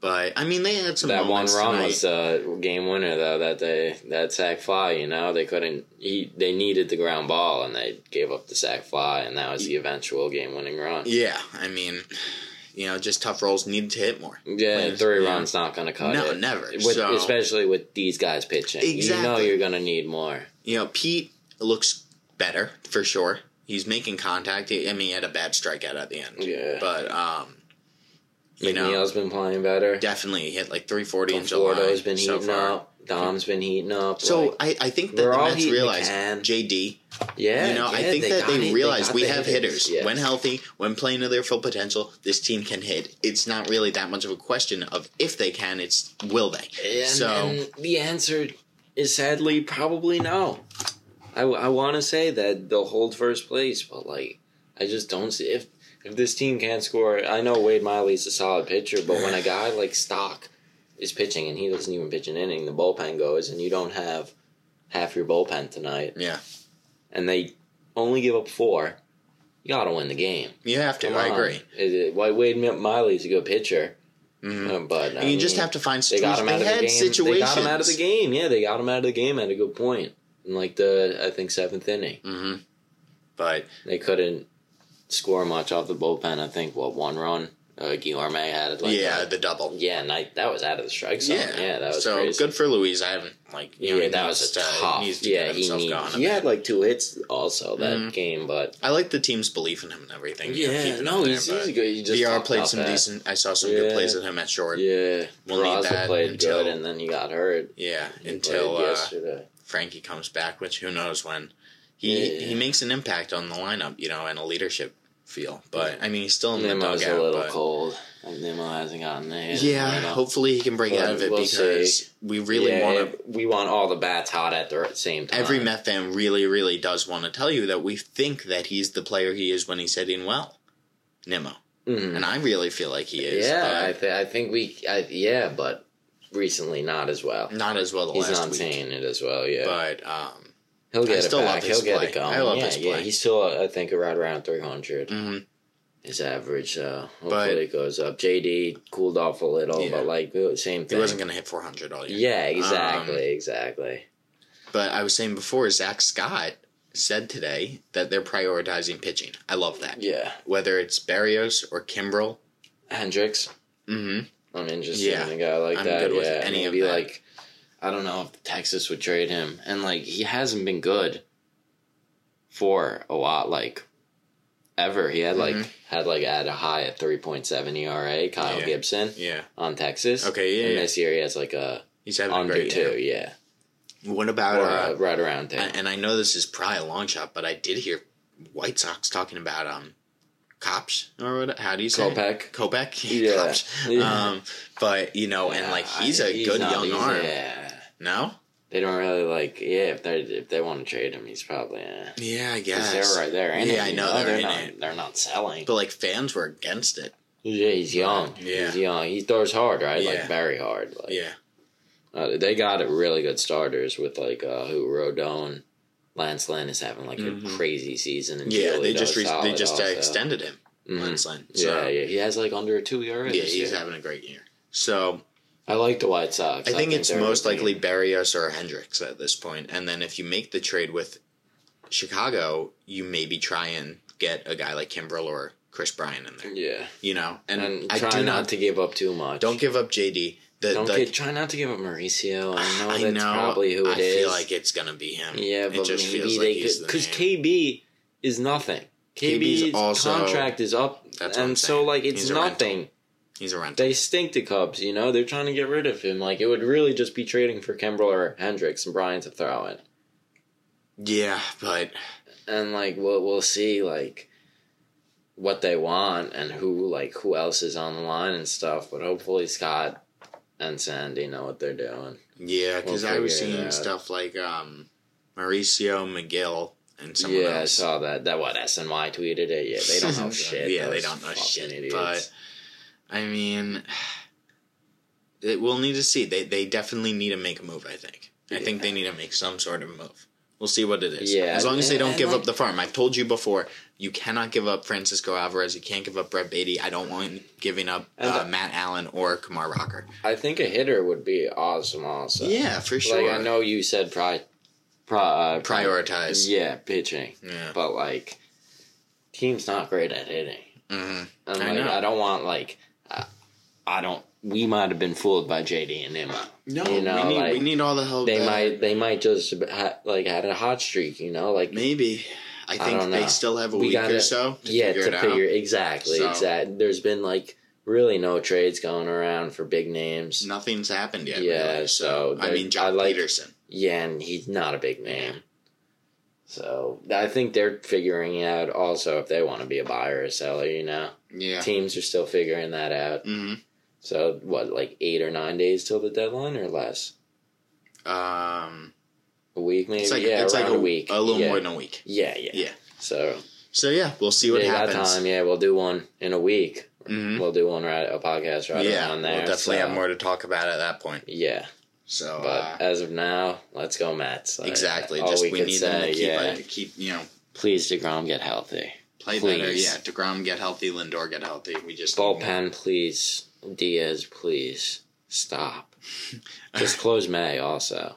[SPEAKER 5] But I mean, they had some
[SPEAKER 6] that one
[SPEAKER 5] moments
[SPEAKER 6] run
[SPEAKER 5] tonight.
[SPEAKER 6] was uh, game winner though. That they that sack fly, you know, they couldn't. He they needed the ground ball and they gave up the sack fly, and that was the eventual game winning run.
[SPEAKER 5] yeah, I mean, you know, just tough rolls needed to hit more.
[SPEAKER 6] Yeah,
[SPEAKER 5] Plain-
[SPEAKER 6] three
[SPEAKER 5] yeah.
[SPEAKER 6] runs not going to cut
[SPEAKER 5] No,
[SPEAKER 6] it.
[SPEAKER 5] never.
[SPEAKER 6] With,
[SPEAKER 5] So-
[SPEAKER 6] especially with these guys pitching, you know
[SPEAKER 5] Exactly.
[SPEAKER 6] you're going to need more.
[SPEAKER 5] You know, Pete looks better for sure. He's making contact. He- I mean, he had a bad strikeout at the end.
[SPEAKER 6] Yeah.
[SPEAKER 5] but um, you know,
[SPEAKER 6] McNeil's been playing better.
[SPEAKER 5] definitely hit like three forty in July.
[SPEAKER 6] Florida's been
[SPEAKER 5] so
[SPEAKER 6] heating
[SPEAKER 5] far.
[SPEAKER 6] up. Dom's been heating up.
[SPEAKER 5] So
[SPEAKER 6] like,
[SPEAKER 5] I, I think that
[SPEAKER 6] We're
[SPEAKER 5] the
[SPEAKER 6] all
[SPEAKER 5] Mets
[SPEAKER 6] heating the
[SPEAKER 5] realized
[SPEAKER 6] can.
[SPEAKER 5] JD.
[SPEAKER 6] yeah,
[SPEAKER 5] you know, I
[SPEAKER 6] yeah,
[SPEAKER 5] think that
[SPEAKER 6] got it.
[SPEAKER 5] they realize
[SPEAKER 6] got
[SPEAKER 5] we
[SPEAKER 6] the
[SPEAKER 5] have hitters.
[SPEAKER 6] Yeah.
[SPEAKER 5] When healthy, when playing to their full potential, this team can hit. It's not really that much of a question of if they can, it's will they.
[SPEAKER 6] And,
[SPEAKER 5] so
[SPEAKER 6] and the answer is sadly probably no. I, want to say that they'll hold first place, but like I just don't see if if this team can't score. I know Wade Miley's a solid pitcher, but when a guy like Stock is pitching and he doesn't even pitch an inning, the bullpen goes, and you don't have half your bullpen tonight,
[SPEAKER 5] yeah.
[SPEAKER 6] and they only give up four. You gotta win the game.
[SPEAKER 5] You have to.
[SPEAKER 6] Come
[SPEAKER 5] I
[SPEAKER 6] on.
[SPEAKER 5] agree.
[SPEAKER 6] Is it, why Wade Miley's a good pitcher, Uh, but
[SPEAKER 5] Mm-hmm. And you just have to find
[SPEAKER 6] they
[SPEAKER 5] situations.
[SPEAKER 6] got him
[SPEAKER 5] They,
[SPEAKER 6] out of the
[SPEAKER 5] had
[SPEAKER 6] game.
[SPEAKER 5] situations.
[SPEAKER 6] They got him out of the game. Yeah, they got him out of the game at a good
[SPEAKER 5] Mm.
[SPEAKER 6] point in like the I think seventh inning.
[SPEAKER 5] But
[SPEAKER 6] They couldn't score much off the bullpen. I think what one run uh, Guillaume had it like
[SPEAKER 5] yeah, the double.
[SPEAKER 6] yeah, and I, that was out of the strike zone. Yeah, that was
[SPEAKER 5] so
[SPEAKER 6] crazy.
[SPEAKER 5] good for Louise. I haven't like you know,
[SPEAKER 6] yeah,
[SPEAKER 5] he
[SPEAKER 6] that was
[SPEAKER 5] needs to-
[SPEAKER 6] a
[SPEAKER 5] uh, he
[SPEAKER 6] tough.
[SPEAKER 5] needs to get
[SPEAKER 6] yeah, he
[SPEAKER 5] himself Mm-hmm.
[SPEAKER 6] need,
[SPEAKER 5] going a
[SPEAKER 6] he
[SPEAKER 5] bit.
[SPEAKER 6] had like two hits also that game, but
[SPEAKER 5] I like the team's belief in him and everything. you know,
[SPEAKER 6] Yeah,
[SPEAKER 5] keeping
[SPEAKER 6] no,
[SPEAKER 5] him
[SPEAKER 6] he's-
[SPEAKER 5] there,
[SPEAKER 6] he's
[SPEAKER 5] but
[SPEAKER 6] good. He just
[SPEAKER 5] VR
[SPEAKER 6] topped
[SPEAKER 5] played
[SPEAKER 6] off
[SPEAKER 5] some
[SPEAKER 6] that.
[SPEAKER 5] decent. I saw some good
[SPEAKER 6] Yeah.
[SPEAKER 5] plays at him at short.
[SPEAKER 6] yeah,
[SPEAKER 5] We'll need
[SPEAKER 6] Peraza
[SPEAKER 5] that
[SPEAKER 6] played
[SPEAKER 5] until-
[SPEAKER 6] good, and then he got hurt
[SPEAKER 5] Yeah,
[SPEAKER 6] He
[SPEAKER 5] until
[SPEAKER 6] played
[SPEAKER 5] uh,
[SPEAKER 6] yesterday.
[SPEAKER 5] Frankie comes back, which who knows when. He
[SPEAKER 6] Yeah.
[SPEAKER 5] he makes an impact on the lineup, you know, and a leadership feel. But I mean, he's still in the
[SPEAKER 6] Nemo's
[SPEAKER 5] dugout.
[SPEAKER 6] a little
[SPEAKER 5] but-
[SPEAKER 6] cold. Like Nemo hasn't gotten the hit.
[SPEAKER 5] Yeah,
[SPEAKER 6] you know.
[SPEAKER 5] hopefully he can break
[SPEAKER 6] But
[SPEAKER 5] out of it
[SPEAKER 6] we'll
[SPEAKER 5] because
[SPEAKER 6] see.
[SPEAKER 5] we really
[SPEAKER 6] Yeah,
[SPEAKER 5] want to.
[SPEAKER 6] We want all the bats hot at the same time.
[SPEAKER 5] Every Met fan really, really does want to tell you that we think that he's the player he is when he's hitting well, Nimmo,
[SPEAKER 6] Mhm.
[SPEAKER 5] and I really feel like he is.
[SPEAKER 6] Yeah,
[SPEAKER 5] but
[SPEAKER 6] I, th- I think we. I, yeah, but recently not as well.
[SPEAKER 5] not as well the
[SPEAKER 6] He's
[SPEAKER 5] last
[SPEAKER 6] not
[SPEAKER 5] week,
[SPEAKER 6] saying it as well. Yeah,
[SPEAKER 5] but um,
[SPEAKER 6] he'll get
[SPEAKER 5] I
[SPEAKER 6] it
[SPEAKER 5] still love
[SPEAKER 6] back.
[SPEAKER 5] his
[SPEAKER 6] He'll get
[SPEAKER 5] play.
[SPEAKER 6] it going.
[SPEAKER 5] I love
[SPEAKER 6] yeah,
[SPEAKER 5] his
[SPEAKER 6] yeah.
[SPEAKER 5] play.
[SPEAKER 6] He's still, I think, right around three
[SPEAKER 5] Mhm.
[SPEAKER 6] His average, uh, hopefully
[SPEAKER 5] But-
[SPEAKER 6] it goes up. JD cooled off a little,
[SPEAKER 5] Yeah.
[SPEAKER 6] but like uh, same
[SPEAKER 5] he
[SPEAKER 6] thing.
[SPEAKER 5] wasn't going to hit 400 all year.
[SPEAKER 6] yeah,
[SPEAKER 5] Um,
[SPEAKER 6] exactly, exactly.
[SPEAKER 5] But I was saying before, Zach Scott said today that they're prioritizing pitching. I love that.
[SPEAKER 6] Yeah,
[SPEAKER 5] Whether it's Barrios or Kimbrell,
[SPEAKER 6] Hendricks.
[SPEAKER 5] Mhm.
[SPEAKER 6] I'm interested
[SPEAKER 5] Yeah.
[SPEAKER 6] in a guy like
[SPEAKER 5] I'm
[SPEAKER 6] that.
[SPEAKER 5] good with
[SPEAKER 6] yeah,
[SPEAKER 5] any of
[SPEAKER 6] maybe
[SPEAKER 5] that.
[SPEAKER 6] like I don't know if Texas would trade him, and like he hasn't been good for a lot, like ever. He had like had like at a high at three point seven ERA. Kyle
[SPEAKER 5] Mm-hmm. Yeah.
[SPEAKER 6] Gibson
[SPEAKER 5] yeah,
[SPEAKER 6] on Texas.
[SPEAKER 5] Okay, yeah,
[SPEAKER 6] And
[SPEAKER 5] yeah.
[SPEAKER 6] this year he has like a
[SPEAKER 5] he's having a
[SPEAKER 6] under
[SPEAKER 5] great
[SPEAKER 6] two,
[SPEAKER 5] year.
[SPEAKER 6] yeah,
[SPEAKER 5] What about
[SPEAKER 6] or
[SPEAKER 5] uh,
[SPEAKER 6] uh, right around there.
[SPEAKER 5] and I know this is probably a long shot, but I did hear White Sox talking about um cops or what? How do you say it?
[SPEAKER 6] Kopech.
[SPEAKER 5] Kopech,
[SPEAKER 6] Yeah.
[SPEAKER 5] Cops.
[SPEAKER 6] Yeah.
[SPEAKER 5] Um, but you know,
[SPEAKER 6] Uh,
[SPEAKER 5] and like he's a
[SPEAKER 6] a
[SPEAKER 5] good young arm.
[SPEAKER 6] Yeah.
[SPEAKER 5] No,
[SPEAKER 6] They don't really like yeah if they if they want to trade him he's probably eh.
[SPEAKER 5] yeah, I
[SPEAKER 6] 'Cause
[SPEAKER 5] guess
[SPEAKER 6] they're right there. in
[SPEAKER 5] Yeah,
[SPEAKER 6] it,
[SPEAKER 5] I
[SPEAKER 6] you
[SPEAKER 5] know, they're in
[SPEAKER 6] not,
[SPEAKER 5] it.
[SPEAKER 6] They're not selling.
[SPEAKER 5] But like fans were against it.
[SPEAKER 6] yeah, he's young.
[SPEAKER 5] Yeah.
[SPEAKER 6] he's young. He throws hard, right?
[SPEAKER 5] Yeah.
[SPEAKER 6] Like very hard. Like,
[SPEAKER 5] Yeah,
[SPEAKER 6] uh, they got really good starters with like uh, who Rodon, Lance Lynn is having like a crazy season. And
[SPEAKER 5] Mm-hmm. yeah.
[SPEAKER 6] Giolito
[SPEAKER 5] They just re- they
[SPEAKER 6] solid
[SPEAKER 5] just uh,
[SPEAKER 6] also.
[SPEAKER 5] extended him.
[SPEAKER 6] Mhm.
[SPEAKER 5] Lance Lynn.
[SPEAKER 6] yeah,
[SPEAKER 5] So,
[SPEAKER 6] yeah, he has like under a two ERA.
[SPEAKER 5] yeah,
[SPEAKER 6] this
[SPEAKER 5] he's
[SPEAKER 6] year.
[SPEAKER 5] having a great year. So
[SPEAKER 6] I like the White Sox.
[SPEAKER 5] I think, it's
[SPEAKER 6] they're
[SPEAKER 5] most
[SPEAKER 6] the team.
[SPEAKER 5] likely Barrios or Hendricks at this point. And then if you make the trade with Chicago, you maybe try and get a guy like Kimbrell or Chris Bryan in there.
[SPEAKER 6] Yeah,
[SPEAKER 5] You know, and,
[SPEAKER 6] and,
[SPEAKER 5] I
[SPEAKER 6] try
[SPEAKER 5] do
[SPEAKER 6] not,
[SPEAKER 5] not
[SPEAKER 6] to give up too much.
[SPEAKER 5] don't give up JD. The,
[SPEAKER 6] don't
[SPEAKER 5] the-
[SPEAKER 6] get, try not to give up Mauricio. I know
[SPEAKER 5] I
[SPEAKER 6] that's
[SPEAKER 5] know.
[SPEAKER 6] probably who it
[SPEAKER 5] I
[SPEAKER 6] is.
[SPEAKER 5] feel like it's gonna be him.
[SPEAKER 6] Yeah,
[SPEAKER 5] It
[SPEAKER 6] but
[SPEAKER 5] just
[SPEAKER 6] maybe
[SPEAKER 5] feels like
[SPEAKER 6] they
[SPEAKER 5] he's
[SPEAKER 6] could
[SPEAKER 5] the
[SPEAKER 6] because
[SPEAKER 5] name.
[SPEAKER 6] KB is nothing.
[SPEAKER 5] KB's
[SPEAKER 6] KB's
[SPEAKER 5] also-
[SPEAKER 6] contract is up,
[SPEAKER 5] That's what I'm
[SPEAKER 6] and so
[SPEAKER 5] saying.
[SPEAKER 6] like it's
[SPEAKER 5] He's a rental.
[SPEAKER 6] nothing.
[SPEAKER 5] he's a rental.
[SPEAKER 6] They stink the Cubs, you know. They're trying to get rid of him. Like it would really just be trading for Kimbrel or Hendricks and Bryant to throw in,
[SPEAKER 5] yeah, but
[SPEAKER 6] and like we'll we'll see like what they want and who like who else is on the line and stuff. But hopefully Scott and Sandy know what they're doing.
[SPEAKER 5] yeah, because
[SPEAKER 6] We'll
[SPEAKER 5] I was
[SPEAKER 6] figure it
[SPEAKER 5] seeing
[SPEAKER 6] out.
[SPEAKER 5] stuff like um Mauricio McGill and someone
[SPEAKER 6] Yeah, I
[SPEAKER 5] else.
[SPEAKER 6] saw that. That what SNY tweeted it. Yeah, they don't know shit.
[SPEAKER 5] Yeah, they
[SPEAKER 6] those
[SPEAKER 5] don't know
[SPEAKER 6] fucking
[SPEAKER 5] shit.
[SPEAKER 6] idiots.
[SPEAKER 5] But I mean, it, we'll need to see. They they definitely need to make a move. I think. I think they need to make some sort of move. We'll see what it is.
[SPEAKER 6] Yeah,
[SPEAKER 5] as long as they
[SPEAKER 6] and-
[SPEAKER 5] don't
[SPEAKER 6] and
[SPEAKER 5] give up
[SPEAKER 6] like-
[SPEAKER 5] the farm. I've told you before. You cannot give up Francisco Alvarez. You can't give up Brett Beatty. I don't want giving up
[SPEAKER 6] And
[SPEAKER 5] uh,
[SPEAKER 6] the-
[SPEAKER 5] Matt Allen or Kamar Rocker.
[SPEAKER 6] I think a hitter would be awesome. Also,
[SPEAKER 5] yeah, for sure.
[SPEAKER 6] Like I know you said pri, pri uh,
[SPEAKER 5] Prioritize.
[SPEAKER 6] Yeah, pitching.
[SPEAKER 5] Yeah.
[SPEAKER 6] But like, team's not great at hitting.
[SPEAKER 5] Mhm.
[SPEAKER 6] And
[SPEAKER 5] I
[SPEAKER 6] like,
[SPEAKER 5] know.
[SPEAKER 6] I don't want like, I, I don't. We might have been fooled by JD and Emma.
[SPEAKER 5] No,
[SPEAKER 6] you know,
[SPEAKER 5] we need we
[SPEAKER 6] like,
[SPEAKER 5] need all the help.
[SPEAKER 6] They
[SPEAKER 5] uh,
[SPEAKER 6] might. They might just ha- like had a hot streak. You know, like
[SPEAKER 5] maybe. I
[SPEAKER 6] I
[SPEAKER 5] think
[SPEAKER 6] don't know.
[SPEAKER 5] they still have a
[SPEAKER 6] We
[SPEAKER 5] week
[SPEAKER 6] gotta-
[SPEAKER 5] or so. To
[SPEAKER 6] yeah,
[SPEAKER 5] figure
[SPEAKER 6] to
[SPEAKER 5] it
[SPEAKER 6] figure
[SPEAKER 5] out.
[SPEAKER 6] exactly,
[SPEAKER 5] So-
[SPEAKER 6] exact. There's been like really no trades going around for big names.
[SPEAKER 5] nothing's happened yet.
[SPEAKER 6] Yeah,
[SPEAKER 5] really.
[SPEAKER 6] so
[SPEAKER 5] I
[SPEAKER 6] there-
[SPEAKER 5] mean, John
[SPEAKER 6] I like-
[SPEAKER 5] Peterson.
[SPEAKER 6] Yeah, and he's not a big name. So I think they're figuring out also if they want to be a buyer or seller. You know,
[SPEAKER 5] Yeah.
[SPEAKER 6] teams are still figuring that out.
[SPEAKER 5] hmm
[SPEAKER 6] So what, like eight or nine days till the deadline, or less?
[SPEAKER 5] Um,
[SPEAKER 6] A week, maybe.
[SPEAKER 5] it's like
[SPEAKER 6] yeah,
[SPEAKER 5] it's like
[SPEAKER 6] around
[SPEAKER 5] a,
[SPEAKER 6] a week,
[SPEAKER 5] a little
[SPEAKER 6] yeah.
[SPEAKER 5] more than a week.
[SPEAKER 6] Yeah, yeah,
[SPEAKER 5] Yeah.
[SPEAKER 6] So
[SPEAKER 5] So yeah, we'll see what
[SPEAKER 6] they got
[SPEAKER 5] happens.
[SPEAKER 6] time. Yeah, we'll do one in a week.
[SPEAKER 5] Mhm.
[SPEAKER 6] We'll do one right a podcast right
[SPEAKER 5] yeah,
[SPEAKER 6] around there.
[SPEAKER 5] we'll definitely
[SPEAKER 6] so-
[SPEAKER 5] have more to talk about at that point.
[SPEAKER 6] Yeah.
[SPEAKER 5] So uh,
[SPEAKER 6] But as of now, let's go Mets. Like,
[SPEAKER 5] exactly,
[SPEAKER 6] all
[SPEAKER 5] just we,
[SPEAKER 6] could
[SPEAKER 5] need them to
[SPEAKER 6] say,
[SPEAKER 5] keep
[SPEAKER 6] yeah,
[SPEAKER 5] uh, keep you know
[SPEAKER 6] please Degrom get healthy.
[SPEAKER 5] play better.
[SPEAKER 6] Please.
[SPEAKER 5] Yeah, Degrom get healthy, Lindor get healthy. We just
[SPEAKER 6] Bullpen, please. Diaz, please stop. Just close May. Also,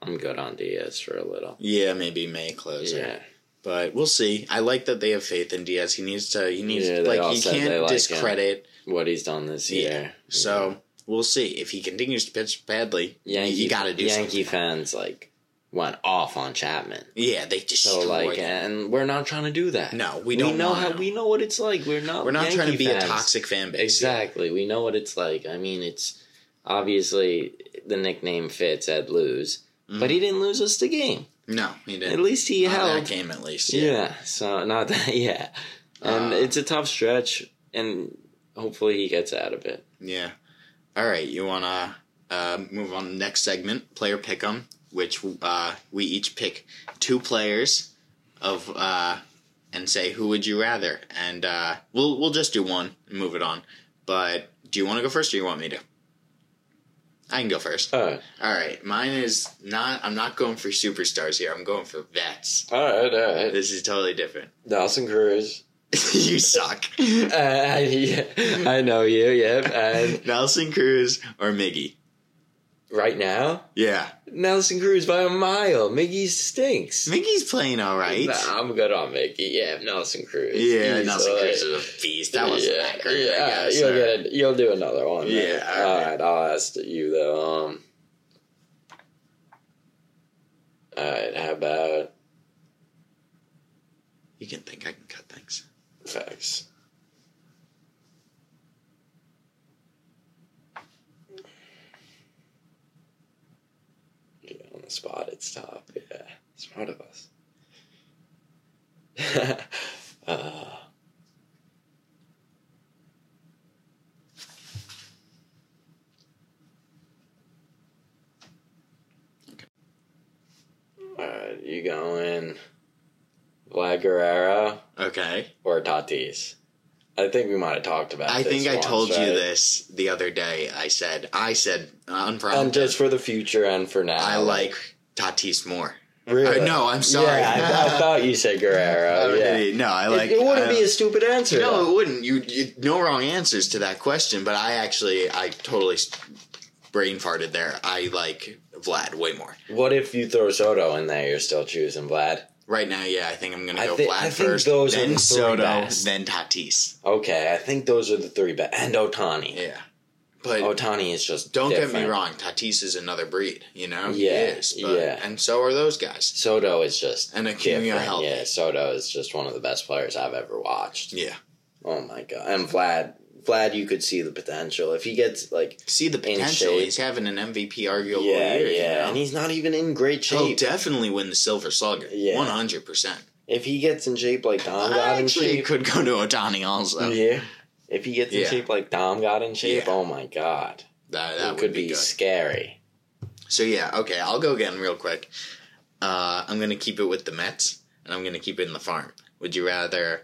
[SPEAKER 6] I'm good on Diaz for a little.
[SPEAKER 5] Yeah, maybe May closer.
[SPEAKER 6] Yeah,
[SPEAKER 5] But we'll see. I like that they have faith in Diaz. He needs to. He needs
[SPEAKER 6] Yeah, they all
[SPEAKER 5] like he
[SPEAKER 6] said they
[SPEAKER 5] can't
[SPEAKER 6] like him.
[SPEAKER 5] discredit.
[SPEAKER 6] What he's done this
[SPEAKER 5] Yeah.
[SPEAKER 6] year.
[SPEAKER 5] So we'll see if he continues to pitch badly.
[SPEAKER 6] Yankee,
[SPEAKER 5] you got to do
[SPEAKER 6] Yankee
[SPEAKER 5] something.
[SPEAKER 6] fans like went off on Chapman.
[SPEAKER 5] Yeah, they destroyed.
[SPEAKER 6] So like,
[SPEAKER 5] him.
[SPEAKER 6] and we're not trying to do that.
[SPEAKER 5] No, we don't
[SPEAKER 6] We know
[SPEAKER 5] wanna.
[SPEAKER 6] how. We know what it's like. We're not.
[SPEAKER 5] We're not trying to be
[SPEAKER 6] Yankee fans.
[SPEAKER 5] a toxic fan base.
[SPEAKER 6] Exactly. We know what it's like. I mean, it's obviously the nickname fits Ed lose, but he didn't lose us the game.
[SPEAKER 5] No, he didn't.
[SPEAKER 6] At least he
[SPEAKER 5] Not
[SPEAKER 6] held.
[SPEAKER 5] that game. At least.
[SPEAKER 6] Yeah.
[SPEAKER 5] Yeah.
[SPEAKER 6] So not that. Yeah. And
[SPEAKER 5] Uh,
[SPEAKER 6] it's a tough stretch, and hopefully he gets out of it.
[SPEAKER 5] Yeah. All right. You wanna uh, move on to the next segment, player pick 'em, which uh, we each pick two players of uh, and say who would you rather, and uh, we'll we'll just do one and move it on. But do you want to go first, or you want me to? I can go first.
[SPEAKER 6] All right.
[SPEAKER 5] All right. Mine is not. I'm not going for superstars here. I'm going for vets.
[SPEAKER 6] All right. All right.
[SPEAKER 5] This is totally different.
[SPEAKER 6] Dawson Cruz.
[SPEAKER 5] you suck.
[SPEAKER 6] Uh, I, yeah, I know you. Yep. And
[SPEAKER 5] Nelson Cruz or Miggy?
[SPEAKER 6] right now,
[SPEAKER 5] Yeah.
[SPEAKER 6] Nelson Cruz by a mile. Miggy stinks.
[SPEAKER 5] Miggy's playing all right.
[SPEAKER 6] Nah, I'm good on Mickey. Yeah, Nelson Cruz.
[SPEAKER 5] Yeah,
[SPEAKER 6] He's
[SPEAKER 5] Nelson
[SPEAKER 6] like-
[SPEAKER 5] Cruz is a beast. That wasn't
[SPEAKER 6] yeah,
[SPEAKER 5] that great.
[SPEAKER 6] Yeah,
[SPEAKER 5] I guess.
[SPEAKER 6] you'll
[SPEAKER 5] All
[SPEAKER 6] get
[SPEAKER 5] right.
[SPEAKER 6] it. You'll do another one. then.
[SPEAKER 5] Yeah, all
[SPEAKER 6] all
[SPEAKER 5] right.
[SPEAKER 6] right. I'll ask you though. Um, all right. How about
[SPEAKER 5] You can think I can cut things.
[SPEAKER 6] facts? Yeah, on the spot, it's tough. Yeah, smart of us. uh, Alright, you going Vlad Guerrero
[SPEAKER 5] Okay.
[SPEAKER 6] or Tatis? I think we might have talked about.
[SPEAKER 5] I
[SPEAKER 6] this
[SPEAKER 5] think I
[SPEAKER 6] once,
[SPEAKER 5] told you
[SPEAKER 6] right?
[SPEAKER 5] this the other day. I said I said
[SPEAKER 6] And
[SPEAKER 5] unprompted.
[SPEAKER 6] just for the future and for now,
[SPEAKER 5] I like Tatis more.
[SPEAKER 6] Really?
[SPEAKER 5] Uh, no, I'm sorry.
[SPEAKER 6] Yeah, I, I thought you said Guerrero. Oh, yeah.
[SPEAKER 5] Really, No, I
[SPEAKER 6] It-
[SPEAKER 5] like.
[SPEAKER 6] it, wouldn't
[SPEAKER 5] I-
[SPEAKER 6] be a stupid answer.
[SPEAKER 5] No,
[SPEAKER 6] though.
[SPEAKER 5] it wouldn't. You, you no wrong answers to that question, but I actually I totally s- brain farted there. I like Vlad way more.
[SPEAKER 6] What if you throw Soto in there? You're still choosing Vlad.
[SPEAKER 5] Right now, yeah, I think I'm gonna
[SPEAKER 6] I
[SPEAKER 5] go
[SPEAKER 6] thi-
[SPEAKER 5] Vlad
[SPEAKER 6] I think
[SPEAKER 5] first,
[SPEAKER 6] those are
[SPEAKER 5] then
[SPEAKER 6] the three
[SPEAKER 5] Soto,
[SPEAKER 6] best.
[SPEAKER 5] then Tatis.
[SPEAKER 6] Okay, I think those are the three best. And Otani.
[SPEAKER 5] Yeah, but
[SPEAKER 6] Otani is just
[SPEAKER 5] don't get me
[SPEAKER 6] different.
[SPEAKER 5] wrong, Tatis is another breed, you know.
[SPEAKER 6] Yeah,
[SPEAKER 5] Yes, but,
[SPEAKER 6] yeah.
[SPEAKER 5] and so are those guys.
[SPEAKER 6] Soto is just
[SPEAKER 5] And Acuna
[SPEAKER 6] different.
[SPEAKER 5] helped.
[SPEAKER 6] Yeah, Soto is just one of the best players I've ever watched.
[SPEAKER 5] Yeah,
[SPEAKER 6] Oh my god! And Vlad, Vlad, you could see the potential if he gets like
[SPEAKER 5] see the potential.
[SPEAKER 6] shape.
[SPEAKER 5] He's having an MVP arguable
[SPEAKER 6] yeah,
[SPEAKER 5] year.
[SPEAKER 6] yeah,
[SPEAKER 5] Yeah,
[SPEAKER 6] and he's not even in great
[SPEAKER 5] he'll
[SPEAKER 6] shape.
[SPEAKER 5] definitely win the Silver Slugger.
[SPEAKER 6] Yeah.
[SPEAKER 5] one hundred percent.
[SPEAKER 6] if he gets in shape like Dom got in
[SPEAKER 5] Actually, it
[SPEAKER 6] shape,
[SPEAKER 5] could go to Otani also.
[SPEAKER 6] yeah. If he gets in
[SPEAKER 5] Yeah.
[SPEAKER 6] shape like Dom got in shape,
[SPEAKER 5] Yeah.
[SPEAKER 6] oh my god,
[SPEAKER 5] That,
[SPEAKER 6] it
[SPEAKER 5] that
[SPEAKER 6] could
[SPEAKER 5] would be, good.
[SPEAKER 6] scary.
[SPEAKER 5] So yeah, okay, I'll go again real quick. Uh, I'm gonna keep it with the Mets, and I'm gonna keep it in the farm. Would you rather,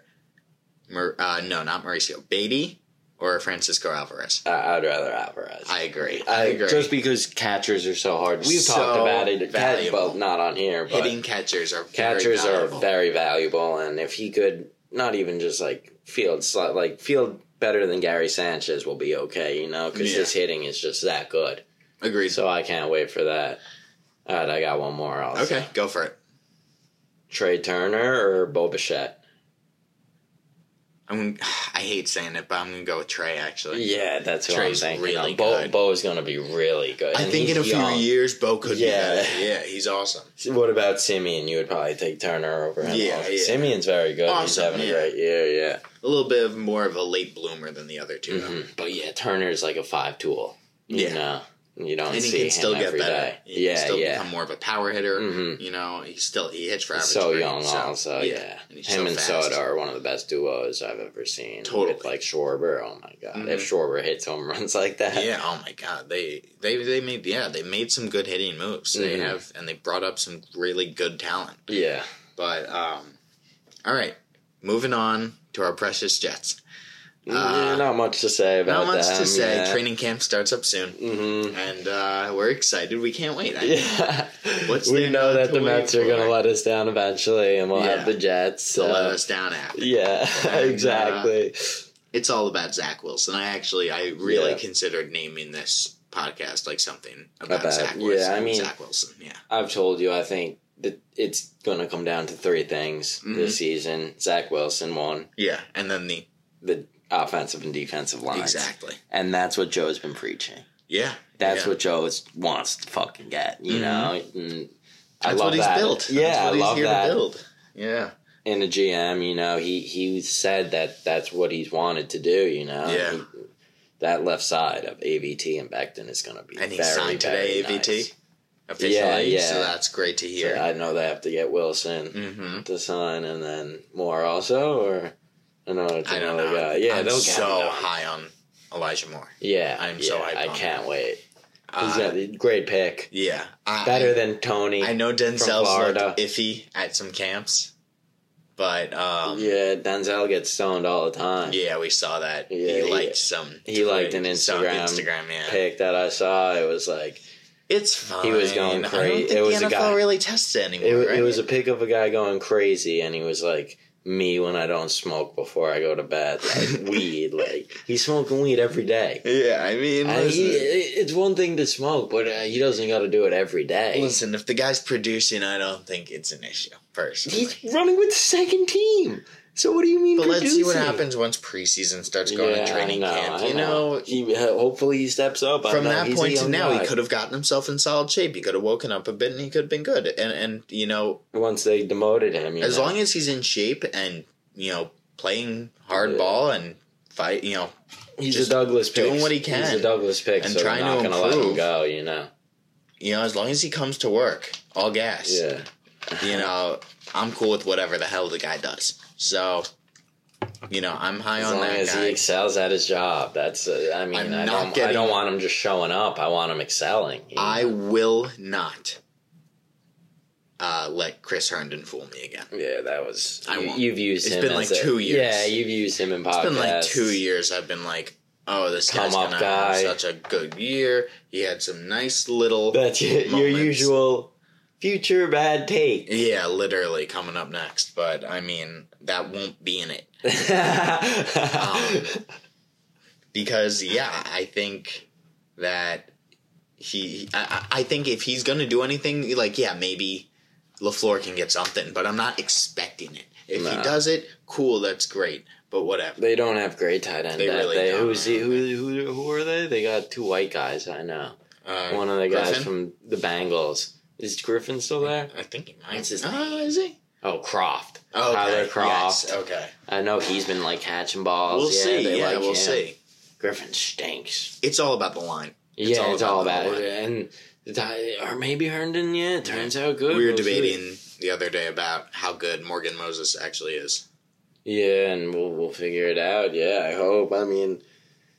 [SPEAKER 5] Mar- uh, no, not Mauricio Beatty or Francisco Alvarez?
[SPEAKER 6] I, I'd rather Alvarez.
[SPEAKER 5] I agree. I,
[SPEAKER 6] I-
[SPEAKER 5] agree.
[SPEAKER 6] Just because catchers are so hard. We've
[SPEAKER 5] So
[SPEAKER 6] talked about it, cat,
[SPEAKER 5] valuable.
[SPEAKER 6] well, not on here, but
[SPEAKER 5] hitting catchers are
[SPEAKER 6] catchers
[SPEAKER 5] very
[SPEAKER 6] are
[SPEAKER 5] valuable.
[SPEAKER 6] very valuable. And if he could not even just like field, sli- like field better than Gary Sanchez will be okay, you know, because
[SPEAKER 5] Yeah.
[SPEAKER 6] his hitting is just that good.
[SPEAKER 5] agreed.
[SPEAKER 6] So I can't wait for that. All right, I got one more. Also.
[SPEAKER 5] okay, go for it.
[SPEAKER 6] Trey Turner or Bo Bichette?
[SPEAKER 5] I'm. I hate saying it, but I'm gonna go with Trey. Actually,
[SPEAKER 6] Yeah, that's who
[SPEAKER 5] Trey's
[SPEAKER 6] I'm thinking.
[SPEAKER 5] really
[SPEAKER 6] of. Bo,
[SPEAKER 5] good.
[SPEAKER 6] Bo is going to be really good.
[SPEAKER 5] I
[SPEAKER 6] and
[SPEAKER 5] think
[SPEAKER 6] he's
[SPEAKER 5] in a few
[SPEAKER 6] young.
[SPEAKER 5] years, Bo could.
[SPEAKER 6] Yeah.
[SPEAKER 5] be better. yeah, he's awesome.
[SPEAKER 6] What about Simeon? You would probably take Turner over him.
[SPEAKER 5] Yeah,
[SPEAKER 6] Also,
[SPEAKER 5] yeah.
[SPEAKER 6] Simeon's very good. He's
[SPEAKER 5] Awesome,
[SPEAKER 6] having
[SPEAKER 5] yeah.
[SPEAKER 6] a great year, yeah.
[SPEAKER 5] A little bit of more of a late bloomer than the other 2 though.
[SPEAKER 6] Mhm. But yeah, Turner's like a five tool. You
[SPEAKER 5] Hmm. Yeah.
[SPEAKER 6] know? You don't
[SPEAKER 5] and
[SPEAKER 6] see
[SPEAKER 5] he can still
[SPEAKER 6] him
[SPEAKER 5] get
[SPEAKER 6] every
[SPEAKER 5] better.
[SPEAKER 6] day.
[SPEAKER 5] He can
[SPEAKER 6] Yeah,
[SPEAKER 5] still
[SPEAKER 6] yeah.
[SPEAKER 5] become more of a power hitter.
[SPEAKER 6] Mhm.
[SPEAKER 5] You know, he still he hits for average.
[SPEAKER 6] He's so
[SPEAKER 5] rate,
[SPEAKER 6] young, also, yeah.
[SPEAKER 5] And he's
[SPEAKER 6] Him
[SPEAKER 5] so
[SPEAKER 6] and
[SPEAKER 5] fast.
[SPEAKER 6] Soto are one of the best duos I've ever seen.
[SPEAKER 5] Totally.
[SPEAKER 6] With like Schwarber, oh my god.
[SPEAKER 5] Mhm.
[SPEAKER 6] If Schwarber hits home runs like that,
[SPEAKER 5] Yeah. Oh my God. They they they made yeah they made some good hitting moves. They
[SPEAKER 6] Mhm.
[SPEAKER 5] have and they brought up some really good talent.
[SPEAKER 6] yeah.
[SPEAKER 5] But um, all right, moving on to our precious Jets.
[SPEAKER 6] Yeah, not much to say
[SPEAKER 5] Uh,
[SPEAKER 6] about
[SPEAKER 5] Not much
[SPEAKER 6] them,
[SPEAKER 5] to say.
[SPEAKER 6] yeah.
[SPEAKER 5] Training camp starts up soon,
[SPEAKER 6] Mhm.
[SPEAKER 5] and uh, we're excited. We can't wait. I-
[SPEAKER 6] Yeah.
[SPEAKER 5] What's
[SPEAKER 6] we
[SPEAKER 5] there not
[SPEAKER 6] know that
[SPEAKER 5] to
[SPEAKER 6] the
[SPEAKER 5] wait
[SPEAKER 6] Mets are going
[SPEAKER 5] for?
[SPEAKER 6] to let us down eventually, and we'll
[SPEAKER 5] Yeah.
[SPEAKER 6] have the Jets.
[SPEAKER 5] To let
[SPEAKER 6] so-
[SPEAKER 5] us down after.
[SPEAKER 6] Yeah,
[SPEAKER 5] And, uh,
[SPEAKER 6] exactly.
[SPEAKER 5] it's all about Zach Wilson. I actually, I really
[SPEAKER 6] Yeah.
[SPEAKER 5] considered naming this podcast like something about,
[SPEAKER 6] About-
[SPEAKER 5] Zach
[SPEAKER 6] yeah,
[SPEAKER 5] Wilson.
[SPEAKER 6] I mean-
[SPEAKER 5] Zach Wilson. Yeah,
[SPEAKER 6] I've told you, I think that it's going to come down to three things
[SPEAKER 5] Mm-hmm.
[SPEAKER 6] this season. Zach Wilson won
[SPEAKER 5] Yeah, and then the
[SPEAKER 6] the offensive and defensive lines.
[SPEAKER 5] exactly.
[SPEAKER 6] And that's what Joe's been preaching.
[SPEAKER 5] Yeah,
[SPEAKER 6] That's
[SPEAKER 5] yeah. Mm-hmm.
[SPEAKER 6] what Joe is, wants to fucking get, you know? And I
[SPEAKER 5] That's
[SPEAKER 6] love
[SPEAKER 5] what he's
[SPEAKER 6] that.
[SPEAKER 5] built.
[SPEAKER 6] Yeah,
[SPEAKER 5] That's what
[SPEAKER 6] I
[SPEAKER 5] he's
[SPEAKER 6] love
[SPEAKER 5] here
[SPEAKER 6] that.
[SPEAKER 5] to build. Yeah,
[SPEAKER 6] in the GM, you know, he he said that that's what he's wanted to do, you know.
[SPEAKER 5] Yeah.
[SPEAKER 6] He- that left side of AVT and Beckton is going to be
[SPEAKER 5] and he
[SPEAKER 6] very,
[SPEAKER 5] signed
[SPEAKER 6] very
[SPEAKER 5] today, AVT
[SPEAKER 6] nice.
[SPEAKER 5] officially.
[SPEAKER 6] Yeah, yeah.
[SPEAKER 5] So that's great to hear.
[SPEAKER 6] So I know they have to get Wilson
[SPEAKER 5] Mhm.
[SPEAKER 6] to sign and then Moore also or I know it's
[SPEAKER 5] I don't
[SPEAKER 6] another
[SPEAKER 5] know.
[SPEAKER 6] guy. Yeah,
[SPEAKER 5] I'm
[SPEAKER 6] those
[SPEAKER 5] so
[SPEAKER 6] guys.
[SPEAKER 5] high on Elijah Moore.
[SPEAKER 6] Yeah,
[SPEAKER 5] I'm
[SPEAKER 6] yeah,
[SPEAKER 5] so hyped
[SPEAKER 6] I
[SPEAKER 5] on
[SPEAKER 6] can't wait. He's
[SPEAKER 5] Uh,
[SPEAKER 6] got a great pick.
[SPEAKER 5] yeah, I,
[SPEAKER 6] Better than Tony.
[SPEAKER 5] I know Denzel's
[SPEAKER 6] Florida.
[SPEAKER 5] looked iffy at some camps, but um, yeah.
[SPEAKER 6] Yeah, Denzel gets stoned all the time.
[SPEAKER 5] we saw that.
[SPEAKER 6] Yeah,
[SPEAKER 5] he
[SPEAKER 6] he-
[SPEAKER 5] liked some.
[SPEAKER 6] He liked an
[SPEAKER 5] some
[SPEAKER 6] Instagram,
[SPEAKER 5] Instagram, yeah.
[SPEAKER 6] pick that I saw. It was like
[SPEAKER 5] It's fine.
[SPEAKER 6] He was going
[SPEAKER 5] I don't
[SPEAKER 6] crazy.
[SPEAKER 5] think
[SPEAKER 6] It was
[SPEAKER 5] the NFL
[SPEAKER 6] a guy-
[SPEAKER 5] really tests it
[SPEAKER 6] It,
[SPEAKER 5] anymore. right?
[SPEAKER 6] it was a pic of a guy going crazy, and he was like, "Me when I don't smoke before I go to bed, like weed. Like he's smoking weed every day.
[SPEAKER 5] yeah. I mean,
[SPEAKER 6] And he,
[SPEAKER 5] listen,
[SPEAKER 6] it- it's one thing to smoke, but uh, he doesn't got to do it every day.
[SPEAKER 5] listen, if the guy's producing, I don't think it's an issue personally.
[SPEAKER 6] He's running with the second team. So what do you mean?
[SPEAKER 5] but let's see what
[SPEAKER 6] producing?
[SPEAKER 5] happens once preseason starts going
[SPEAKER 6] Yeah,
[SPEAKER 5] to training
[SPEAKER 6] I know,
[SPEAKER 5] camp.
[SPEAKER 6] I
[SPEAKER 5] You know,
[SPEAKER 6] he, uh, hopefully he steps up. I
[SPEAKER 5] from
[SPEAKER 6] know
[SPEAKER 5] that
[SPEAKER 6] he's a
[SPEAKER 5] point to
[SPEAKER 6] young
[SPEAKER 5] now,
[SPEAKER 6] guy.
[SPEAKER 5] he could have gotten himself in solid shape. He could have woken up a bit, and he could have been good. And and you know,
[SPEAKER 6] once they demoted him. you
[SPEAKER 5] as
[SPEAKER 6] know.
[SPEAKER 5] long as he's in shape and you know playing hard
[SPEAKER 6] Yeah.
[SPEAKER 5] ball and fight, you know,
[SPEAKER 6] he's
[SPEAKER 5] just
[SPEAKER 6] a Douglas pick,
[SPEAKER 5] doing what he can
[SPEAKER 6] He's a Douglas pick,
[SPEAKER 5] and
[SPEAKER 6] so
[SPEAKER 5] trying
[SPEAKER 6] trying not
[SPEAKER 5] to
[SPEAKER 6] going to let him
[SPEAKER 5] improve.
[SPEAKER 6] go. You know,
[SPEAKER 5] you know, as long as he comes to work, all gas.
[SPEAKER 6] yeah.
[SPEAKER 5] you know, I'm cool with whatever the hell the guy does. So, you know, I'm high
[SPEAKER 6] As
[SPEAKER 5] on
[SPEAKER 6] long
[SPEAKER 5] that
[SPEAKER 6] as
[SPEAKER 5] guy.
[SPEAKER 6] he excels at his job, that's. Uh, I mean,
[SPEAKER 5] I'm
[SPEAKER 6] I
[SPEAKER 5] not
[SPEAKER 6] don't. I
[SPEAKER 5] getting-
[SPEAKER 6] don't want him just showing up. I want him excelling. you
[SPEAKER 5] I
[SPEAKER 6] know?
[SPEAKER 5] will not uh, let Chris Herndon fool me again.
[SPEAKER 6] Yeah, that was.
[SPEAKER 5] I
[SPEAKER 6] you-
[SPEAKER 5] won't.
[SPEAKER 6] You've used
[SPEAKER 5] It's
[SPEAKER 6] him.
[SPEAKER 5] been
[SPEAKER 6] as
[SPEAKER 5] like
[SPEAKER 6] a-
[SPEAKER 5] two years.
[SPEAKER 6] Yeah, you've used him in
[SPEAKER 5] It's
[SPEAKER 6] podcasts.
[SPEAKER 5] been like two years. I've been like, oh, this guy's
[SPEAKER 6] Come up
[SPEAKER 5] gonna have
[SPEAKER 6] guy.
[SPEAKER 5] such a good year. He had some nice little.
[SPEAKER 6] That's your, your
[SPEAKER 5] moments.
[SPEAKER 6] usual future bad take.
[SPEAKER 5] Yeah, literally coming up next, but I mean that won't be in it Um, because yeah, I think that he. I, I I think if he's gonna do anything, like yeah, maybe Lafleur can get something, but I'm not expecting it. If he
[SPEAKER 6] Nah.
[SPEAKER 5] does it, cool, that's great. But whatever.
[SPEAKER 6] they don't have great tight end.
[SPEAKER 5] They
[SPEAKER 6] depth.
[SPEAKER 5] really
[SPEAKER 6] They-
[SPEAKER 5] don't.
[SPEAKER 6] Who's the, who, who? Who are they? They got two white guys. I know.
[SPEAKER 5] Uh,
[SPEAKER 6] One of the guys
[SPEAKER 5] Griffin?
[SPEAKER 6] from the Bengals. Is Griffin still there?
[SPEAKER 5] I think he might.
[SPEAKER 6] What's his
[SPEAKER 5] Oh, is he?
[SPEAKER 6] Oh, Croft.
[SPEAKER 5] Oh,
[SPEAKER 6] Tyler Croft.
[SPEAKER 5] okay.
[SPEAKER 6] I know he's been like catching balls.
[SPEAKER 5] We'll
[SPEAKER 6] yeah,
[SPEAKER 5] see.
[SPEAKER 6] They
[SPEAKER 5] Yeah,
[SPEAKER 6] like
[SPEAKER 5] we'll
[SPEAKER 6] him.
[SPEAKER 5] see.
[SPEAKER 6] Griffin stinks.
[SPEAKER 5] It's all about the line.
[SPEAKER 6] yeah, it's all
[SPEAKER 5] the
[SPEAKER 6] about
[SPEAKER 5] line.
[SPEAKER 6] it. And the di- or maybe Herndon. Yeah, it turns out good.
[SPEAKER 5] We were
[SPEAKER 6] We'll see.
[SPEAKER 5] debating the other day about how good Morgan Moses actually is.
[SPEAKER 6] Yeah, and we'll we'll figure it out. Yeah, I hope. I mean,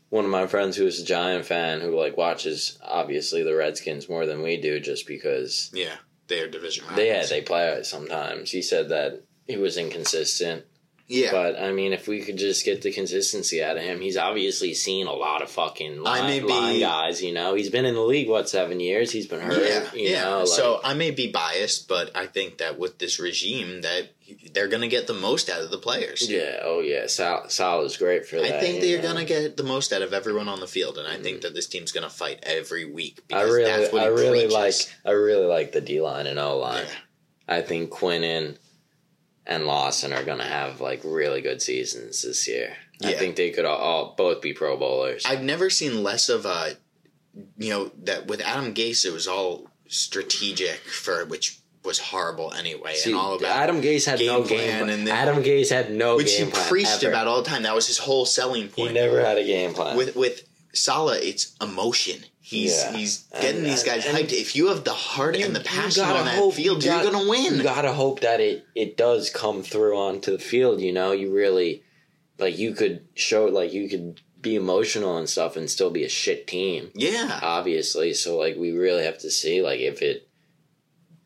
[SPEAKER 6] one of my friends who is a Giant fan who like watches obviously the Redskins more than we do, just because
[SPEAKER 5] Yeah, they are division
[SPEAKER 6] they yeah
[SPEAKER 5] rivals.
[SPEAKER 6] they play sometimes. He said that he was inconsistent.
[SPEAKER 5] yeah.
[SPEAKER 6] But I mean, if we could just get the consistency out of him, he's obviously seen a lot of fucking
[SPEAKER 5] I
[SPEAKER 6] line,
[SPEAKER 5] may be-
[SPEAKER 6] line guys. You know, he's been in the league what seven years. He's been hurt.
[SPEAKER 5] yeah,
[SPEAKER 6] you
[SPEAKER 5] yeah.
[SPEAKER 6] Know, like,
[SPEAKER 5] so I may be biased, but I think that with this regime, that they're going to get the most out of the players.
[SPEAKER 6] yeah, oh yeah, Sal, Sal is great for
[SPEAKER 5] I
[SPEAKER 6] that.
[SPEAKER 5] think
[SPEAKER 6] you
[SPEAKER 5] they're
[SPEAKER 6] know?
[SPEAKER 5] going to get the most out of everyone on the field, and I think that this team's going to fight every week.
[SPEAKER 6] Mm. I really, I
[SPEAKER 5] he
[SPEAKER 6] really
[SPEAKER 5] preaches.
[SPEAKER 6] like, I really like the D line and O line.
[SPEAKER 5] Yeah.
[SPEAKER 6] I think Quinnen and Lawson are gonna have like really good seasons this year. I
[SPEAKER 5] Yeah.
[SPEAKER 6] think they could all, all both be Pro Bowlers.
[SPEAKER 5] I've never seen less of a, you know, that with Adam Gase, it was all strategic for which was horrible anyway,
[SPEAKER 6] See,
[SPEAKER 5] and all about
[SPEAKER 6] Adam Gase had
[SPEAKER 5] game
[SPEAKER 6] no
[SPEAKER 5] plan
[SPEAKER 6] game.
[SPEAKER 5] and then-
[SPEAKER 6] Adam Gase had no
[SPEAKER 5] which he
[SPEAKER 6] game plan
[SPEAKER 5] preached
[SPEAKER 6] ever.
[SPEAKER 5] about all the time. That was his whole selling
[SPEAKER 6] He
[SPEAKER 5] point.
[SPEAKER 6] never had a game plan.
[SPEAKER 5] with with Salah, it's emotion. He's
[SPEAKER 6] Yeah.
[SPEAKER 5] he's getting
[SPEAKER 6] And-
[SPEAKER 5] these guys
[SPEAKER 6] and-
[SPEAKER 5] hyped. If you have the heart and the passion on that field,
[SPEAKER 6] you
[SPEAKER 5] you are
[SPEAKER 6] got-
[SPEAKER 5] gonna win.
[SPEAKER 6] You gotta hope that it it does come through onto the field. You know, you really like you could show like you could be emotional and stuff and still be a shit team.
[SPEAKER 5] yeah,
[SPEAKER 6] Obviously, so like we really have to see like if it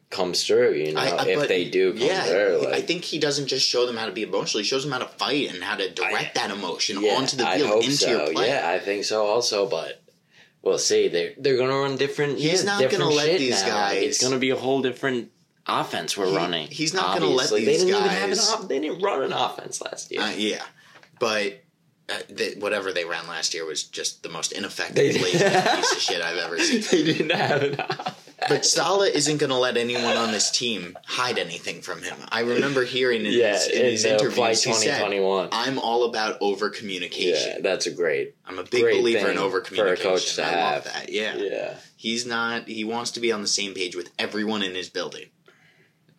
[SPEAKER 6] comes through. You know,
[SPEAKER 5] I- I-
[SPEAKER 6] if
[SPEAKER 5] but-
[SPEAKER 6] they do come through. Like,
[SPEAKER 5] I think he doesn't just show them how to be emotional. He shows them how to fight and how to direct that emotion
[SPEAKER 6] yeah,
[SPEAKER 5] onto the
[SPEAKER 6] I'd
[SPEAKER 5] field
[SPEAKER 6] hope
[SPEAKER 5] into
[SPEAKER 6] so.
[SPEAKER 5] your play.
[SPEAKER 6] Yeah, I think so also, but. We'll see. They're they're gonna run different.
[SPEAKER 5] He's
[SPEAKER 6] yeah,
[SPEAKER 5] not
[SPEAKER 6] different
[SPEAKER 5] gonna let
[SPEAKER 6] shit
[SPEAKER 5] these
[SPEAKER 6] now. Like, It's
[SPEAKER 5] guys-
[SPEAKER 6] gonna be a whole different offense we're
[SPEAKER 5] He-
[SPEAKER 6] running.
[SPEAKER 5] he's not gonna let
[SPEAKER 6] obviously.
[SPEAKER 5] these
[SPEAKER 6] they didn't Even have an
[SPEAKER 5] guys-
[SPEAKER 6] off- they didn't run an offense last year.
[SPEAKER 5] Uh, yeah, but uh, th- whatever they ran last year was just the most
[SPEAKER 6] They
[SPEAKER 5] ineffective,
[SPEAKER 6] did.
[SPEAKER 5] laziest piece of shit I've ever seen.
[SPEAKER 6] they didn't have an offense.
[SPEAKER 5] But Sala isn't going to let anyone on this team hide anything from him. I remember hearing in
[SPEAKER 6] Yeah,
[SPEAKER 5] his, in
[SPEAKER 6] in
[SPEAKER 5] his
[SPEAKER 6] the Flight
[SPEAKER 5] interviews, he said,
[SPEAKER 6] 2021.
[SPEAKER 5] I'm all about over communication.
[SPEAKER 6] yeah, that's a great.
[SPEAKER 5] I'm a big
[SPEAKER 6] great
[SPEAKER 5] believer in
[SPEAKER 6] thing
[SPEAKER 5] over
[SPEAKER 6] for a coach
[SPEAKER 5] communication.
[SPEAKER 6] to
[SPEAKER 5] I
[SPEAKER 6] have.
[SPEAKER 5] love that. Yeah.
[SPEAKER 6] Yeah,
[SPEAKER 5] He's not, he wants to be on the same page with everyone in his building.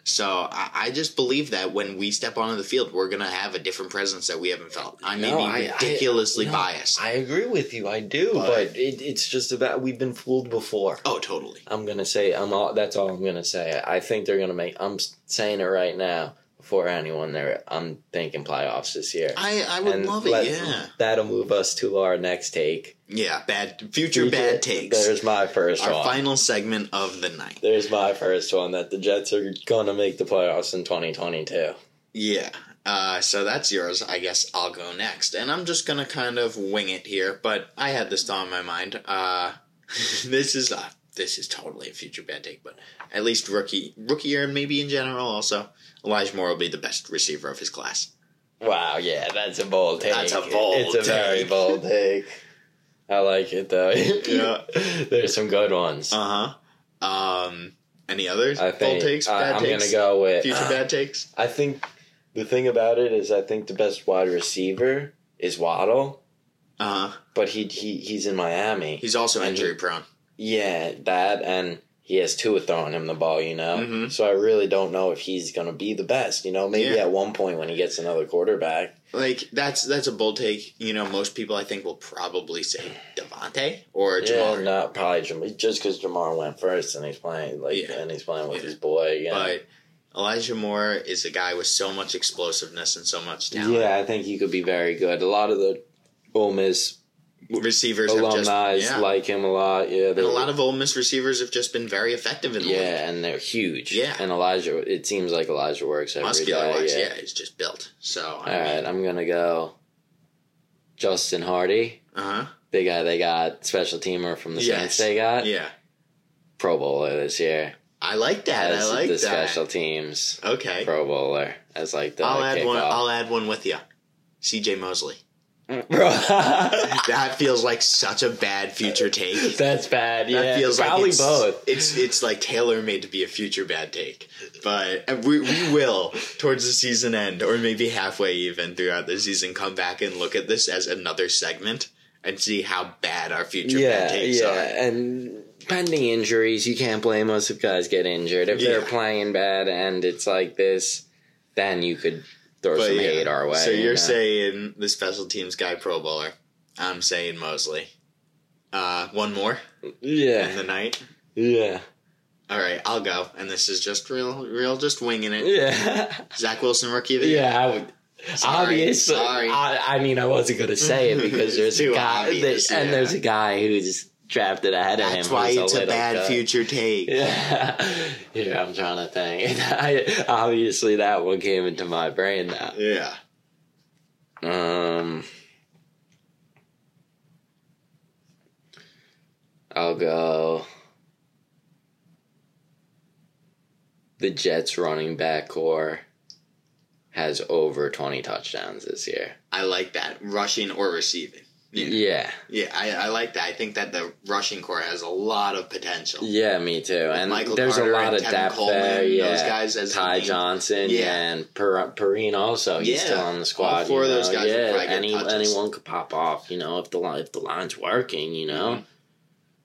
[SPEAKER 5] So I, I just believe that when we step onto the field, we're going to have a different presence that we haven't felt. I may
[SPEAKER 6] No, I-
[SPEAKER 5] be
[SPEAKER 6] I-
[SPEAKER 5] ridiculously
[SPEAKER 6] no,
[SPEAKER 5] biased.
[SPEAKER 6] I agree with you. I do, but, it, it's just about we've been fooled before.
[SPEAKER 5] oh, totally.
[SPEAKER 6] I'm gonna say I'm all. That's all I'm gonna say. I think they're gonna make. I'm s- saying it right now before anyone there. I'm thinking playoffs this year.
[SPEAKER 5] I, I would
[SPEAKER 6] And
[SPEAKER 5] love it.
[SPEAKER 6] let-
[SPEAKER 5] Yeah.
[SPEAKER 6] that'll move us to our next take.
[SPEAKER 5] Yeah. Bad, future bad takes.
[SPEAKER 6] There's my first
[SPEAKER 5] our
[SPEAKER 6] one.
[SPEAKER 5] final segment of the night.
[SPEAKER 6] There's my first one that the Jets are gonna make the playoffs in 2022.
[SPEAKER 5] Yeah. Uh, so that's yours. I guess I'll go next. And I'm just going to kind of wing it here, but I had this thought in my mind. Uh, this is uh, this is totally a future bad take, but at least rookie rookie year and maybe in general also, Elijah Moore will be the best receiver of his class.
[SPEAKER 6] Wow, yeah, that's a bold take.
[SPEAKER 5] That's a bold
[SPEAKER 6] It's a very
[SPEAKER 5] take.
[SPEAKER 6] bold take. I like it though.
[SPEAKER 5] Yeah.
[SPEAKER 6] There's some good ones.
[SPEAKER 5] Uh huh. Um, any others?
[SPEAKER 6] Uh-huh. I think
[SPEAKER 5] Bold takes,
[SPEAKER 6] uh,
[SPEAKER 5] bad
[SPEAKER 6] I'm
[SPEAKER 5] takes,
[SPEAKER 6] gonna go uh, with
[SPEAKER 5] future bad takes.
[SPEAKER 6] I think the thing about it is I think the best wide receiver is Waddle,
[SPEAKER 5] Uh huh.
[SPEAKER 6] but he he he's in Miami.
[SPEAKER 5] He's also
[SPEAKER 6] uh-huh. And he-
[SPEAKER 5] injury prone.
[SPEAKER 6] yeah, that and he has Tua throwing him the ball, you know.
[SPEAKER 5] Mhm.
[SPEAKER 6] So I really don't know if he's gonna be the best. You know, maybe
[SPEAKER 5] Yeah.
[SPEAKER 6] at one point when he gets another quarterback.
[SPEAKER 5] Like that's that's a bold take. You know, most people I think will probably say Devontae or Jamar.
[SPEAKER 6] Yeah, not probably Jamar, just because Jamar went first and he's playing like
[SPEAKER 5] Yeah.
[SPEAKER 6] and he's playing with
[SPEAKER 5] Yeah.
[SPEAKER 6] his boy. Yeah.
[SPEAKER 5] But Elijah Moore is a guy with so much explosiveness and so much talent.
[SPEAKER 6] yeah, I think he could be very good. A lot of the Ole Miss
[SPEAKER 5] Receivers
[SPEAKER 6] alumni
[SPEAKER 5] have just yeah.
[SPEAKER 6] like him a lot. Yeah,
[SPEAKER 5] and a lot of Ole Miss receivers have just been very effective in the league.
[SPEAKER 6] Yeah, and they're huge.
[SPEAKER 5] Yeah.
[SPEAKER 6] and Elijah. It seems like Elijah works every day.
[SPEAKER 5] Muscular wise,
[SPEAKER 6] yeah.
[SPEAKER 5] yeah. he's just built. So I
[SPEAKER 6] All right,
[SPEAKER 5] mean,
[SPEAKER 6] I'm gonna go. Justin Hardy,
[SPEAKER 5] uh
[SPEAKER 6] the guy they got special teamer from the
[SPEAKER 5] Yes.
[SPEAKER 6] Saints. They
[SPEAKER 5] huh.
[SPEAKER 6] got
[SPEAKER 5] Yeah,
[SPEAKER 6] Pro Bowler this year.
[SPEAKER 5] I like that. I
[SPEAKER 6] as
[SPEAKER 5] like
[SPEAKER 6] the
[SPEAKER 5] that.
[SPEAKER 6] special teams
[SPEAKER 5] okay,
[SPEAKER 6] Pro Bowler as like the
[SPEAKER 5] I'll add one.
[SPEAKER 6] kickoff.
[SPEAKER 5] I'll add one with you. C.J. Mosley.
[SPEAKER 6] Bro,
[SPEAKER 5] That feels like such a bad future take.
[SPEAKER 6] that's bad. Yeah,
[SPEAKER 5] That feels
[SPEAKER 6] probably
[SPEAKER 5] like it's,
[SPEAKER 6] both.
[SPEAKER 5] It's it's like tailor made to be a future bad take, but and we we will towards the season end or maybe halfway even throughout the season come back and look at this as another segment and see how bad our future
[SPEAKER 6] Yeah,
[SPEAKER 5] bad takes
[SPEAKER 6] yeah,
[SPEAKER 5] are.
[SPEAKER 6] and pending injuries, you can't blame us if guys get injured. If they're
[SPEAKER 5] Yeah.
[SPEAKER 6] playing bad and it's like this, then you could throw
[SPEAKER 5] But
[SPEAKER 6] some
[SPEAKER 5] yeah,
[SPEAKER 6] hate our way.
[SPEAKER 5] so
[SPEAKER 6] you
[SPEAKER 5] you're
[SPEAKER 6] know?
[SPEAKER 5] saying the special teams guy Pro Bowler? I'm saying Mosley. Uh, one more in
[SPEAKER 6] yeah,
[SPEAKER 5] the night.
[SPEAKER 6] yeah,
[SPEAKER 5] All right, I'll go. And this is just real, real, just winging it.
[SPEAKER 6] yeah,
[SPEAKER 5] Zach Wilson, rookie of the year.
[SPEAKER 6] yeah. I would. obviously,
[SPEAKER 5] sorry.
[SPEAKER 6] I, I mean, I wasn't gonna say it because there's a
[SPEAKER 5] Too
[SPEAKER 6] guy,
[SPEAKER 5] obvious,
[SPEAKER 6] that- and
[SPEAKER 5] yeah.
[SPEAKER 6] there's a guy who's drafted ahead of him.
[SPEAKER 5] That's why
[SPEAKER 6] who's
[SPEAKER 5] it's a
[SPEAKER 6] little
[SPEAKER 5] bad
[SPEAKER 6] guy.
[SPEAKER 5] future take.
[SPEAKER 6] Yeah, here I'm trying to think. I obviously that one came into my brain now.
[SPEAKER 5] Yeah.
[SPEAKER 6] Um, I'll go. The Jets running back core has over 20 touchdowns this year.
[SPEAKER 5] I like that. Rushing or receiving.
[SPEAKER 6] Yeah.
[SPEAKER 5] Yeah.
[SPEAKER 6] Yeah,
[SPEAKER 5] Yeah, I, I like that. I think that the rushing core has a lot of potential.
[SPEAKER 6] me too. And
[SPEAKER 5] Michael
[SPEAKER 6] there's
[SPEAKER 5] Carter
[SPEAKER 6] a lot
[SPEAKER 5] and
[SPEAKER 6] of
[SPEAKER 5] Tevin
[SPEAKER 6] depth
[SPEAKER 5] Coleman,
[SPEAKER 6] there. Yeah.
[SPEAKER 5] those guys as
[SPEAKER 6] Ty
[SPEAKER 5] the main-
[SPEAKER 6] Johnson
[SPEAKER 5] Yeah.
[SPEAKER 6] and per- Perrine also. He's
[SPEAKER 5] Yeah.
[SPEAKER 6] still on the squad.
[SPEAKER 5] All four
[SPEAKER 6] you
[SPEAKER 5] of those
[SPEAKER 6] know?
[SPEAKER 5] guys will
[SPEAKER 6] Yeah,
[SPEAKER 5] probably get
[SPEAKER 6] any,
[SPEAKER 5] touches.
[SPEAKER 6] anyone could pop off, you know, if the, li- if the line's working, you know.
[SPEAKER 5] Mhm.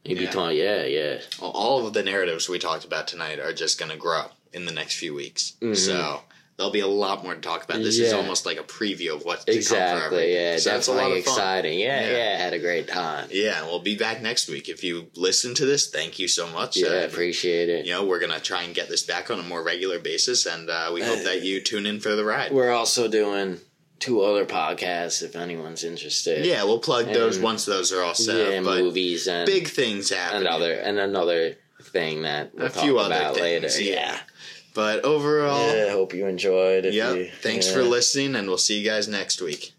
[SPEAKER 6] He'd be
[SPEAKER 5] Yeah.
[SPEAKER 6] talking, yeah, yeah.
[SPEAKER 5] All of the narratives we talked about tonight are just going to grow in the next few weeks.
[SPEAKER 6] Mhm.
[SPEAKER 5] So there'll be a lot more to talk about. This is
[SPEAKER 6] Yeah.
[SPEAKER 5] almost like a preview of what's to come for
[SPEAKER 6] Exactly.
[SPEAKER 5] everything.
[SPEAKER 6] Yeah,
[SPEAKER 5] so that's a lot
[SPEAKER 6] definitely
[SPEAKER 5] of fun.
[SPEAKER 6] exciting. Yeah,
[SPEAKER 5] Yeah.
[SPEAKER 6] yeah, had a great time.
[SPEAKER 5] Yeah, we'll be back next week. If you listen to this, thank you so much.
[SPEAKER 6] Yeah,
[SPEAKER 5] Uh,
[SPEAKER 6] appreciate it.
[SPEAKER 5] you know, we're going to try and get this back on a more regular basis, and uh, we hope that you tune in for the ride.
[SPEAKER 6] We're also doing two other podcasts if anyone's interested.
[SPEAKER 5] Yeah, we'll plug those
[SPEAKER 6] And-
[SPEAKER 5] once those are all set
[SPEAKER 6] yeah,
[SPEAKER 5] up. But
[SPEAKER 6] movies and
[SPEAKER 5] big things happen.
[SPEAKER 6] and other and another thing that we'll
[SPEAKER 5] A
[SPEAKER 6] talk
[SPEAKER 5] few other
[SPEAKER 6] about
[SPEAKER 5] things,
[SPEAKER 6] later.
[SPEAKER 5] yeah. But overall,
[SPEAKER 6] Yeah, hope you enjoyed. If
[SPEAKER 5] yep.
[SPEAKER 6] you-
[SPEAKER 5] Thanks
[SPEAKER 6] yeah.
[SPEAKER 5] for listening, and we'll see you guys next week.